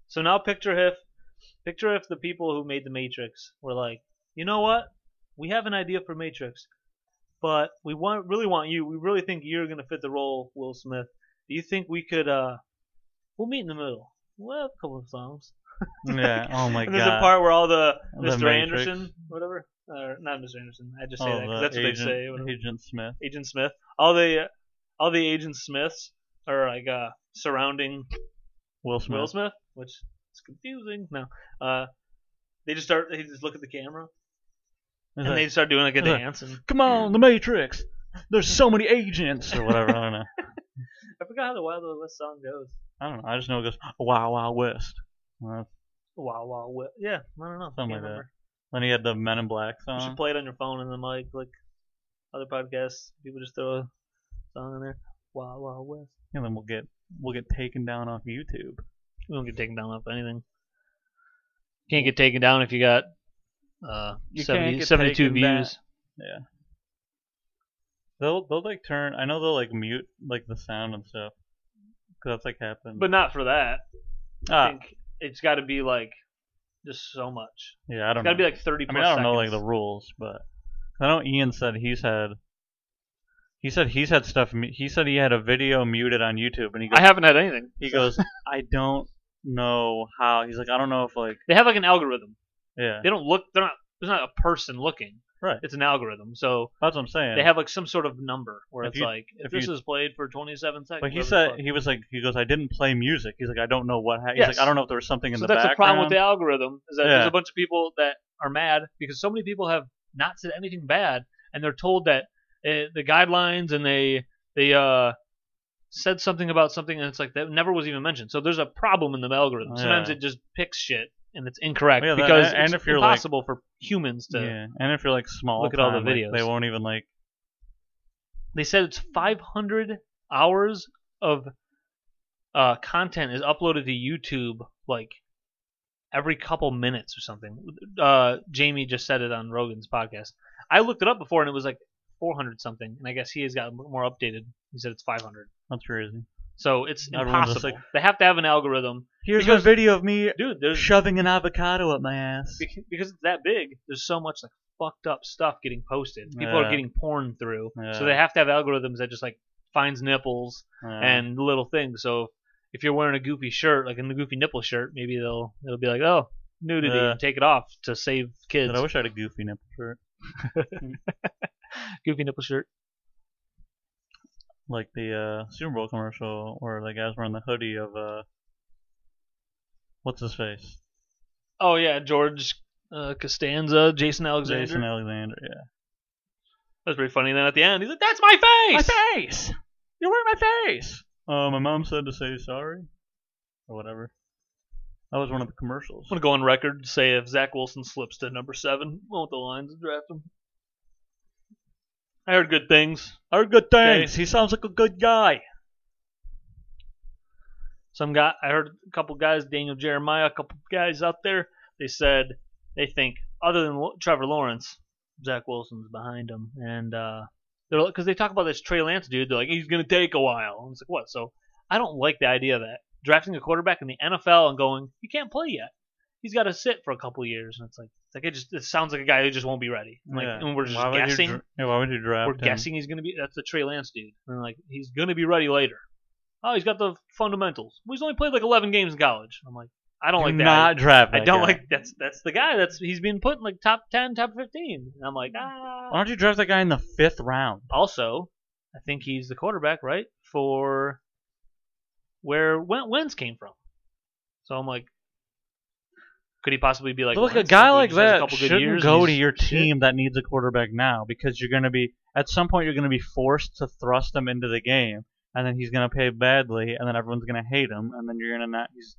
A: So now picture if picture if the people who made the Matrix were like, you know what? We have an idea for Matrix, but we want really want you. We really think you're gonna fit the role, Will Smith. Do you think we could uh we'll meet in the middle. We'll have a couple of songs.
B: Yeah. Oh my
A: And
B: god.
A: there's a part where all the
B: The
A: Mr.
B: Matrix.
A: Anderson, whatever, or not Mr. Anderson. I just say
B: oh,
A: that
B: the
A: 'cause that's what
B: agent,
A: they say. whatever.
B: Agent Smith.
A: Agent Smith. All the all the Agent Smiths are like uh, surrounding
B: Will Smith.
A: Will Smith, which is confusing. No, uh, they just start. They just look at the camera
B: He's
A: and
B: like,
A: they start doing like a
B: he's like-
A: dance. And
B: Come on, the Matrix. There's so many agents or whatever. I don't know.
A: I forgot how the Wild Wild West song goes.
B: I don't know. I just know it goes Wild Wild West. Well,
A: Wow, wow, wha- yeah. I don't know.
B: Something
A: Can't
B: like that. Uh-huh.
A: remember.
B: then he had the Men in Black
A: You
B: song.
A: should play it on your phone and then like like other podcasts, people just throw a song in there. Wow, wow, West.
B: and then we'll get we'll get taken down off YouTube.
A: We don't get taken down off anything. Can't get taken down if you got uh,
B: You can't
A: 70,
B: get
A: 72
B: taken
A: views.
B: down. They'll they'll like turn. I know they'll like mute like the sound and stuff. 'Cause that's like happened.
A: But not for that. I
B: ah,
A: think it's got to be like just so much.
B: yeah, I
A: It's
B: don't.
A: got to
B: know.
A: be like 30
B: I
A: plus
B: mean, I don't know like
A: seconds.
B: the rules, but I know Ian said he's had. He said he's had stuff. mu- He said he had a video muted on YouTube, and he goes.
A: I haven't had anything.
B: he goes. I don't know how. He's like, I don't know if like
A: They have like an algorithm.
B: yeah.
A: They don't look. They're not. There's not a person looking.
B: Right.
A: It's an algorithm. So
B: That's what I'm saying.
A: they have like some sort of number where
B: If
A: it's
B: you-
A: like if,
B: if
A: this
B: you-
A: is played for 27 seconds.
B: but he
A: whatever the
B: said
A: fuck.
B: he was like he goes. I didn't play music. He's like I don't know what. Ha-. He's
A: Yes.
B: like I don't know if there was something in
A: so
B: the
A: that's the problem with
B: background.
A: the algorithm is that there's
B: Yeah.
A: a bunch of people that are mad because so many people have not said anything bad and they're told that uh, the guidelines and they they uh said something about something and it's like that never was even mentioned so there's a problem in the algorithm sometimes
B: Yeah.
A: it just picks shit and it's incorrect
B: Yeah, that-
A: because
B: and- and
A: it's
B: if you're, like-
A: impossible for humans to
B: yeah, and if you're like small,
A: Look at all the
B: time, like,
A: videos.
B: they won't even like.
A: they said it's 500 hours of uh, content is uploaded to YouTube like every couple minutes or something. Uh, Jamie just said it on Rogan's podcast. I looked it up before and it was like 400 something, and I guess he has got more updated. He said it's 500.
B: That's crazy.
A: So it's
B: Everyone's just
A: impossible.
B: like-
A: they have to have an algorithm,
B: Here's
A: Because-
B: a video of me
A: dude. There's
B: shoving an avocado up my ass.
A: beca- because it's that big. There's so much like fucked up stuff getting posted. People are
B: Yeah.
A: getting porn through, so
B: Yeah.
A: they have to have algorithms that just like finds nipples
B: Yeah.
A: and little things. So if you're wearing a goofy shirt, like in the goofy nipple shirt, maybe they'll it'll be like, oh, nudity,
B: Yeah.
A: and take it off to save kids.
B: Dude, I wish I had a goofy nipple shirt
A: goofy nipple shirt.
B: like the uh, Super Bowl commercial where the guys wearing the hoodie of uh, what's his face,
A: Oh yeah, George uh, Costanza, Jason Alexander.
B: Jason Alexander. Yeah,
A: That's pretty funny. Then at the end, he's like, "That's my face."
B: face. You're wearing my face. Uh, my mom said to say sorry, or whatever. That was one of the commercials.
A: I'm gonna go on record and say if Zach Wilson slips to number seven, I want the Lions to draft him. I heard good things.
B: Are good
A: things.
B: He sounds like a good guy.
A: Some guy, I heard a couple guys, Daniel Jeremiah, a couple guys out there. They said they think other than Lo- Trevor Lawrence, Zach Wilson's behind him, and uh, they're because they talk about this Trey Lance dude. They're like, he's gonna take a while. And it's like what? So I don't like the idea of that drafting a quarterback in the NFL and going, you can't play yet. He's got to sit for a couple years, and it's like, it's like it just it sounds like a guy who just won't be ready. Like, and we're just
B: why would you
A: guessing.
B: dra- yeah, why would you draft
A: We're
B: him?
A: guessing he's gonna be. That's the Trey Lance dude. And like he's gonna be ready later. Oh, he's got the fundamentals. Well, he's only played like 11 games in college. I'm like, I don't
B: Do
A: like that.
B: not draft.
A: I
B: that
A: don't
B: guy.
A: like that's that's the guy that's he's been put in like top 10, top 15. And I'm like, ah.
B: Why don't you draft that guy in the fifth round?
A: Also, I think he's the quarterback, right? For where Wen- Wentz came from. So I'm like, could he possibly be like?
B: Look, a
A: Wentz?
B: guy
A: He
B: like
A: just has a
B: that
A: couple good
B: shouldn't
A: years and
B: go to
A: he's
B: your
A: shit.
B: team that needs a quarterback now because you're going to be at some point you're going to be forced to thrust him into the game, and then he's going to pay badly, and then everyone's going to hate him, and then you're going to not. He's,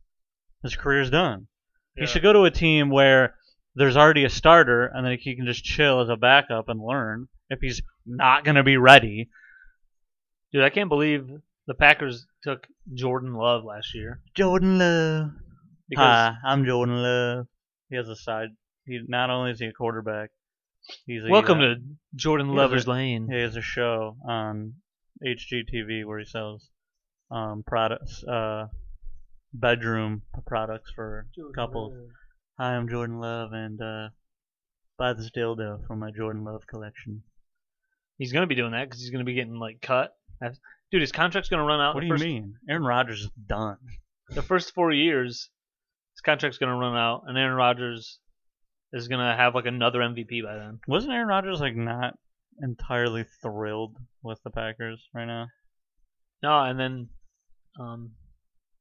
B: his career's done.
A: Yeah.
B: He should go to a team where there's already a starter, and then he can just chill as a backup and learn. If he's not going to be ready,
A: Dude, I can't believe the Packers took Jordan Love last year.
B: Jordan Love.
A: Because
B: Hi, I'm Jordan Love. He has a side. He not only is he a quarterback, he's a, uh,
A: welcome to Jordan
B: He has
A: Lover's
B: a-
A: Lane.
B: He has a show on HGTV where he sells um, products, uh, bedroom products for couples. Hi, I'm Jordan Love, and uh, buy this dildo from my Jordan Love collection.
A: He's gonna be doing that because he's gonna be getting like cut. That's- Dude, his contract's gonna run out.
B: What do
A: in the
B: you
A: first,
B: mean? Aaron Rodgers is done.
A: The first four years, his contract's gonna run out, and Aaron Rodgers is gonna have like another MVP by then.
B: Wasn't Aaron Rodgers like not entirely thrilled with the Packers right now?
A: No, and then um,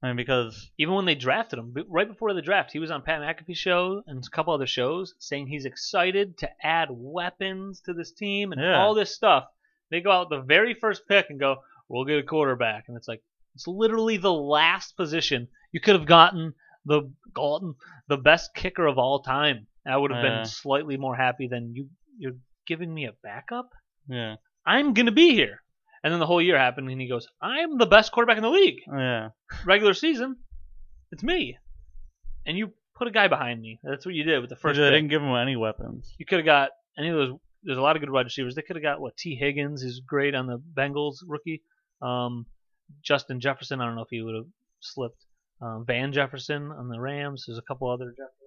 B: I mean, because
A: even when they drafted him, b- right before the draft, he was on Pat McAfee's show and a couple other shows saying he's excited to add weapons to this team and
B: Yeah.
A: all this stuff. They go out the very first pick and go, "We'll get a quarterback," and it's like it's literally the last position you could have gotten the gotten the best kicker of all time. And I would have
B: Yeah.
A: been slightly more happy than you. You're giving me a backup.
B: yeah,
A: I'm gonna be here. And then the whole year happened, and he goes, "I'm the best quarterback in the league."
B: yeah.
A: regular season, it's me. And you put a guy behind me. That's what you did with the first
B: they
A: pick.
B: didn't give him any weapons.
A: You could have got any of those. There's a lot of good wide receivers. They could have got what T. Higgins is great on the Bengals rookie. Um, Justin Jefferson. I don't know if he would have slipped. Um, Van Jefferson on the Rams. There's a couple other. Jeffersons.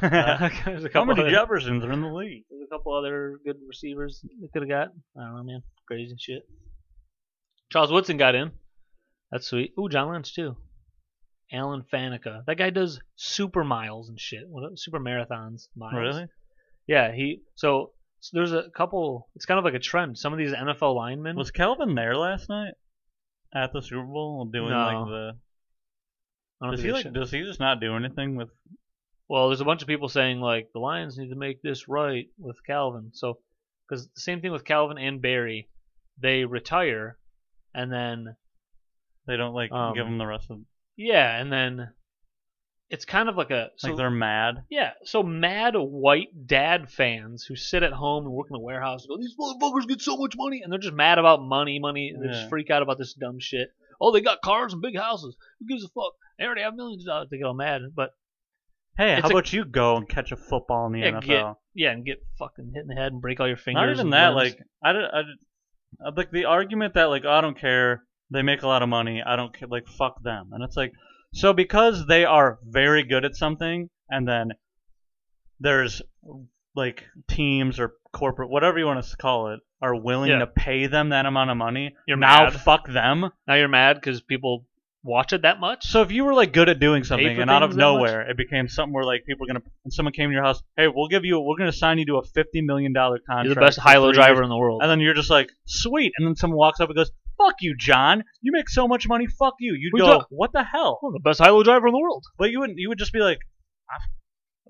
B: How
A: there's a couple.
B: many
A: Other,
B: Jeffersons are in the league?
A: there's a couple other good receivers they could have got. I don't know, man. Crazy shit. Charles Woodson got in. That's sweet. Ooh, John Lynch too. Alan Faneca. That guy does super miles and shit. What super marathons? Miles.
B: Really?
A: Yeah. He. So, so there's a couple. It's kind of like a trend. Some of these NFL linemen.
B: Was Calvin there last night at the Super Bowl doing
A: No.
B: like the?
A: I don't think
B: Does he
A: they
B: like?
A: should-
B: Does he just not do anything with?
A: Well, there's a bunch of people saying like the Lions need to make this right with Calvin. So, because the same thing with Calvin and Barry, they retire, and then
B: They don't like
A: Um,
B: give him the rest of.
A: Yeah, and then it's kind of like a so,
B: like they're mad.
A: yeah. So mad white dad fans who sit at home and work in a warehouse go, these motherfuckers get so much money, and they're just mad about money, money. They
B: Yeah.
A: just freak out about this dumb shit. oh, they got cars and big houses. Who gives a fuck? They already have millions of dollars. They get all mad. But
B: Hey,
A: It's
B: how
A: a-
B: about you go and catch a football in the
A: Yeah,
B: NFL?
A: get yeah, and get fucking hit in the head and break all your fingers.
B: Not even
A: and
B: that.
A: limbs.
B: Like I, don't- I, don't- uh, like the argument that like I don't care. They make a lot of money. I don't care. Like fuck them. And it's like so because they are very good at something, and then there's like teams or corporate whatever you want to call it are willing
A: Yeah.
B: to pay them that amount of money.
A: You're
B: now
A: mad.
B: fuck them.
A: now you're mad because people watch it that much.
B: So if you were like good at doing something
A: for
B: and out of
A: things that much?
B: nowhere it became something where like people are gonna and someone came to your house, hey, we'll give you we're gonna sign you to a fifty million dollar contract.
A: you're the best
B: for
A: high low
B: three years.
A: driver in the world.
B: And then you're just like, sweet. And then someone walks up and goes, fuck you, John. You make so much money. Fuck you. You'd
A: We
B: go,
A: do-
B: what the hell?
A: I'm the best high low driver in the world.
B: But you wouldn't. You would just be like, "I-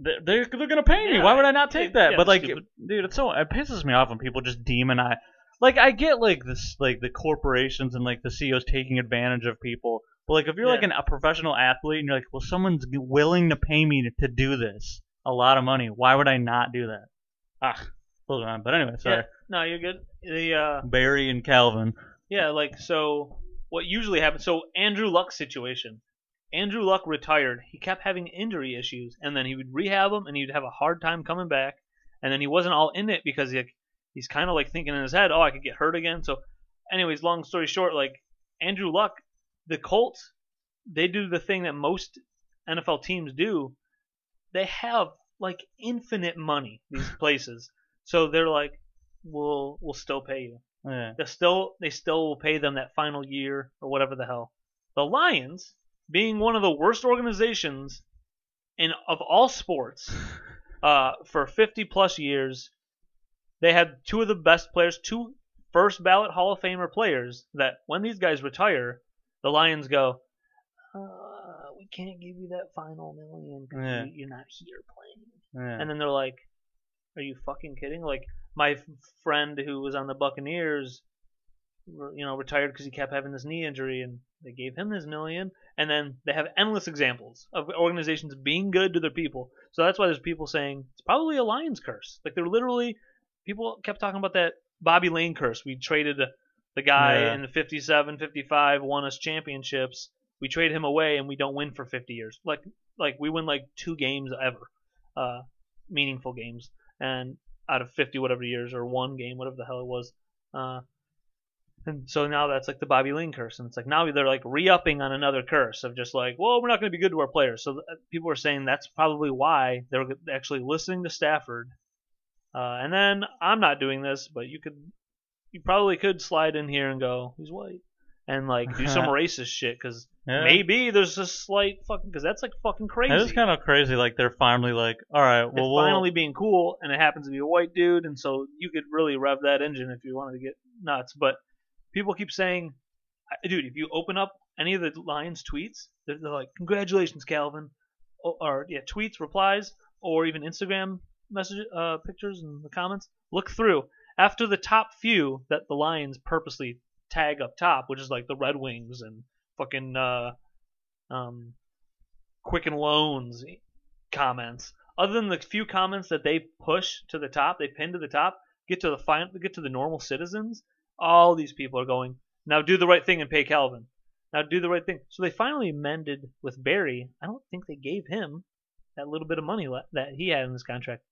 B: they're they're, they're gonna pay me.
A: Yeah,
B: Why would I not take
A: it-
B: that?
A: yeah,
B: but like,
A: stupid.
B: dude, it's so it pisses me off when people just demonize. Like I get like this, like the corporations and like the CEOs taking advantage of people. But like if you're like
A: Yeah.
B: an, a professional athlete and you're like, well, someone's willing to pay me to, to do this, a lot of money. Why would I not do that? Ah, hold on. But anyway, sorry.
A: No, you're good. The uh,
B: Barry and Calvin.
A: yeah, like so. What usually happens? So Andrew Luck's situation. Andrew Luck retired. He kept having injury issues, and then he would rehab them, and he'd have a hard time coming back. And then he wasn't all in it because he, he's kind of like thinking in his head, "Oh, I could get hurt again." So, anyways, long story short, like Andrew Luck, the Colts, they do the thing that most NFL teams do. They have like infinite money these places, so they're like, "We'll we'll still pay you."
B: Yeah.
A: they still they still will pay them that final year or whatever the hell. The Lions, being one of the worst organizations in of all sports, uh, for 50 plus years, they had two of the best players, two first ballot Hall of Famer players. That when these guys retire, the Lions go, uh, we can't give you that final million because
B: Yeah.
A: you're not here playing.
B: yeah.
A: And then they're like, "Are you fucking kidding?" Like my f- friend who was on the Buccaneers, re- you know, retired because he kept having this knee injury, and they gave him his million. And then they have endless examples of organizations being good to their people. So that's why there's people saying it's probably a Lions curse. Like they're literally people kept talking about that Bobby Lane curse. We traded the guy
B: Yeah.
A: in 57, 55, won us championships. We trade him away and we don't win for 50 years. Like like we win like two games ever. Uh, meaningful games and out of 50 whatever years or one game whatever the hell it was uh, and so now that's like the bobby lane curse and it's like now they're like re-upping on another curse of just like well we're not going to be good to our players so uh, people are saying that's probably why they're actually listening to stafford uh, and then i'm not doing this but you could you probably could slide in here and go he's white and like do some racist shit because
B: Yeah.
A: maybe there's a slight fucking because that's like fucking crazy
B: That is kind of crazy. Like they're finally like, all right,
A: it's
B: well, we'll
A: finally being cool, and it happens to be a white dude, and so you could really rev that engine if you wanted to get nuts. But people keep saying, I- dude, if you open up any of the Lions tweets, they're, they're like, congratulations, Calvin, or, or yeah, tweets, replies, or even Instagram message uh, pictures and the comments. Look through after the top few that the Lions purposely tag up top, which is like the Red Wings and fucking uh, um, Quicken Loans comments. Other than the few comments that they push to the top, they pin to the top, get to the final, get to the normal citizens. All these people are going now. Do the right thing and pay Calvin. Now do the right thing. So they finally amended with Barry. I don't think they gave him that little bit of money le- that he had in his contract,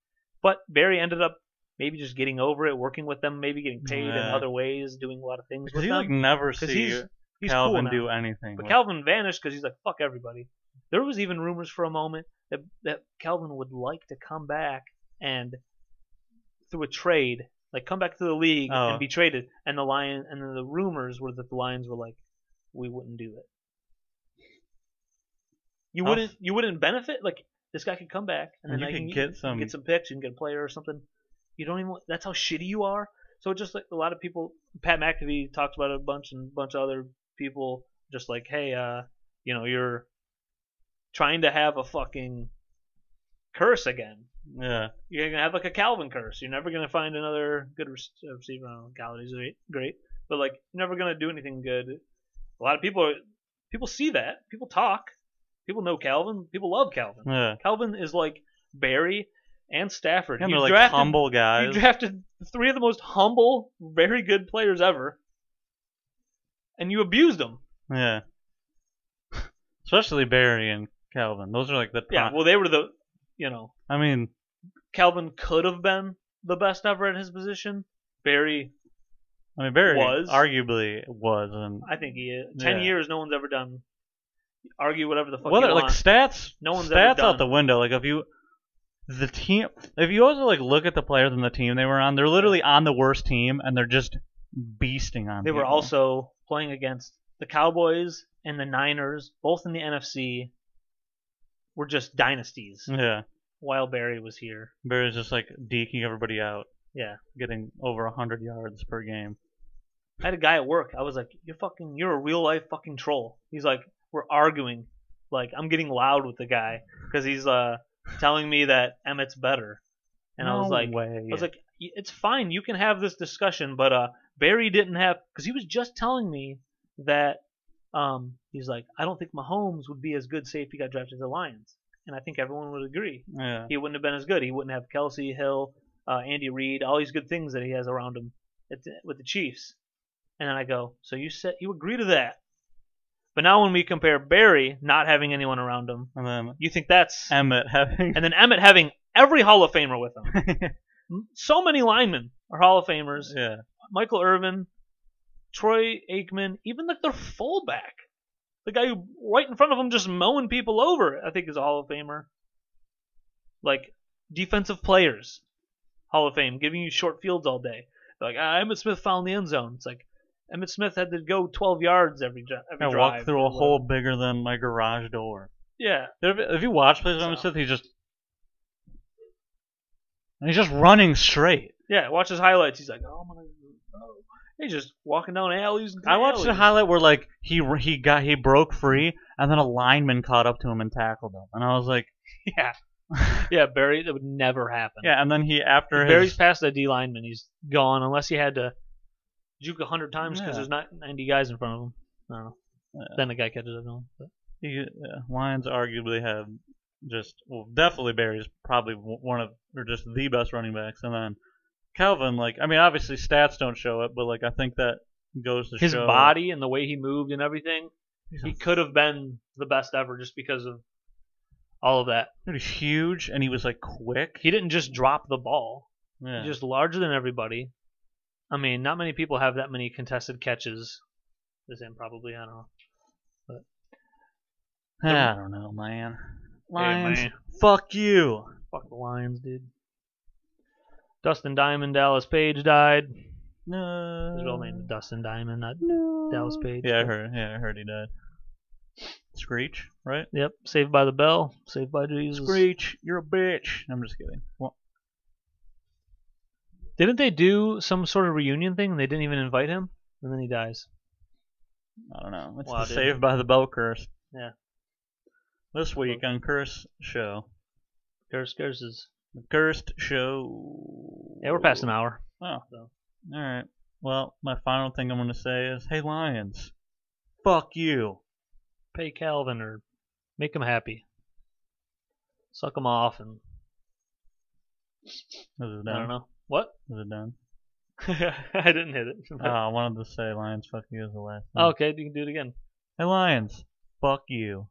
A: but Barry ended up maybe just getting over it, working with them, maybe getting paid in
B: Yeah.
A: other ways, doing a lot of things
B: because
A: with
B: you like
A: them.
B: never
A: 'Cause
B: see
A: he's- He's cool
B: Calvin
A: now.
B: do anything.
A: But
B: with-
A: Calvin vanished because he's like, fuck everybody. There was even rumors for a moment that that Calvin would like to come back and through a trade, like come back to the league
B: Oh.
A: and be traded. And the lion, and then the rumors were that the Lions were like, we wouldn't do it. You
B: How
A: wouldn't, you wouldn't benefit. Like this guy could come back, and then
B: And you
A: I
B: could
A: can
B: get some-
A: get some picks, you can get a player or something. You don't even. That's how shitty you are. So it's just like a lot of people, Pat McAfee talks about it a bunch, and a bunch of other people just like, hey, uh, you know, you're trying to have a fucking curse again.
B: yeah,
A: You're gonna have like a Calvin curse. You're never gonna find another good re- receiver. Oh, Galladay's great, great, but like you're never gonna do anything good. A lot of people, are, people see that. People talk. People know Calvin. People love Calvin.
B: yeah.
A: Calvin is like Barry and Stafford.
B: And
A: You
B: they're like
A: drafted-
B: humble
A: You
B: guys.
A: drafted three of the most humble, very good players ever, and you abused them.
B: Yeah. Especially Barry and Calvin. Those are like the.
A: Yeah,
B: prime-
A: well, they were the, you know,
B: I mean,
A: Calvin could have been the best ever at his position. Barry,
B: I mean Barry
A: Was.
B: arguably was and
A: I think he uh, ten
B: Yeah.
A: years. No one's ever done argue whatever the fuck
B: whether
A: you
B: like
A: want.
B: stats.
A: No one's ever
B: stats
A: done.
B: out the window. Like if you the team, if you also like look at the players and the team they were on, they're literally on the worst team and they're just beasting on.
A: They were
B: people.
A: also playing against the Cowboys and the Niners, both in the NFC. Were just dynasties
B: yeah.
A: while Barry was here.
B: Barry's just like deking everybody out,
A: Yeah,
B: getting over hundred yards per game.
A: I had a guy at work. I was like, "You're fucking, you're a real life fucking troll." He's like, "We're arguing." Like I'm getting loud with the guy because he's uh telling me that Emmett's better, and I was
B: No
A: like,
B: way.
A: I was like, "Y- it's fine. You can have this discussion, but uh, Barry didn't have because he was just telling me that um, he's like, I don't think Mahomes would be as good say if he got drafted to the Lions, and I think everyone would agree.
B: yeah,
A: He wouldn't have been as good. He wouldn't have Kelsey Hill, uh, Andy Reid, all these good things that he has around him at the, with the Chiefs. And then I go, so you said you agree to that, but now when we compare Barry not having anyone around him,
B: and then
A: you think that's
B: Emmett having.
A: and then Emmett having every Hall of Famer with him so many linemen are Hall of Famers.
B: yeah.
A: Michael Irvin, Troy Aikman, even like their fullback, the guy who right in front of him just mowing people over, I think is a Hall of Famer. Like defensive players, Hall of Fame, giving you short fields all day. They're like ah, Emmett Smith found the end zone. It's like Emmett Smith had to go 12 yards every, dri- every
B: I
A: drive.
B: walked through a hole bigger than my garage door.
A: Yeah,
B: If, if you watch plays of Emmett
A: So-
B: Smith, he's just and he's just running straight.
A: yeah. Watch his highlights. He's like, oh, I'm gonna. Oh. He's just walking down alleys. And
B: I watched the
A: alleys.
B: highlight where like he he got he broke free and then a lineman caught up to him and tackled him, and I was like,
A: Yeah. yeah, Barry, that would never happen.
B: yeah. And then he after
A: If Barry's
B: his
A: past the D lineman. He's gone unless he had to juke a hundred times because
B: Yeah.
A: there's not 90 guys in front of him. I don't know.
B: Yeah.
A: Then the guy catches up to him. But
B: he, uh, Lions arguably have just well definitely Barry's probably w- one of or just the best running backs, and then Calvin like I mean obviously stats don't show it, but like I think that goes to
A: his
B: show
A: body and the way he moved and everything,
B: He's
A: he could have been the best ever just because of all of that.
B: Dude, he's huge and he was like quick.
A: He didn't just drop the ball.
B: Yeah.
A: He's just larger than everybody. I mean, not many people have that many contested catches. As him, probably. I don't know.
B: I don't know, man. Lions,
A: man.
B: fuck you.
A: Fuck the Lions, dude. Dustin Diamond, Dallas Page died.
B: No.
A: His real name is Dustin Diamond, not
B: No.
A: Dallas Page.
B: Yeah, I heard. Yeah, I heard he died. Screech, right?
A: Yep. Saved by the Bell. Saved by Jesus.
B: Screech, you're a bitch. I'm just kidding. Well,
A: Didn't they do some sort of reunion thing and they didn't even invite him? And then he dies.
B: I don't know. It's
A: Wow,
B: the
A: dude.
B: Saved by the Bell curse.
A: Yeah.
B: This week on Curse Show.
A: Curse, curses.
B: The Cursed Show.
A: Yeah, we're past an hour.
B: Oh.
A: So.
B: All right. Well, my final thing I'm going to say is, hey Lions, fuck you.
A: Pay Calvin or make him happy. Suck him off and
B: Is it done?
A: I don't know. What?
B: Is it done?
A: I Oh. didn't hit it.
B: Oh, I wanted to say Lions, fuck you is the last. thing.
A: okay, you can do it again.
B: Hey Lions, fuck you.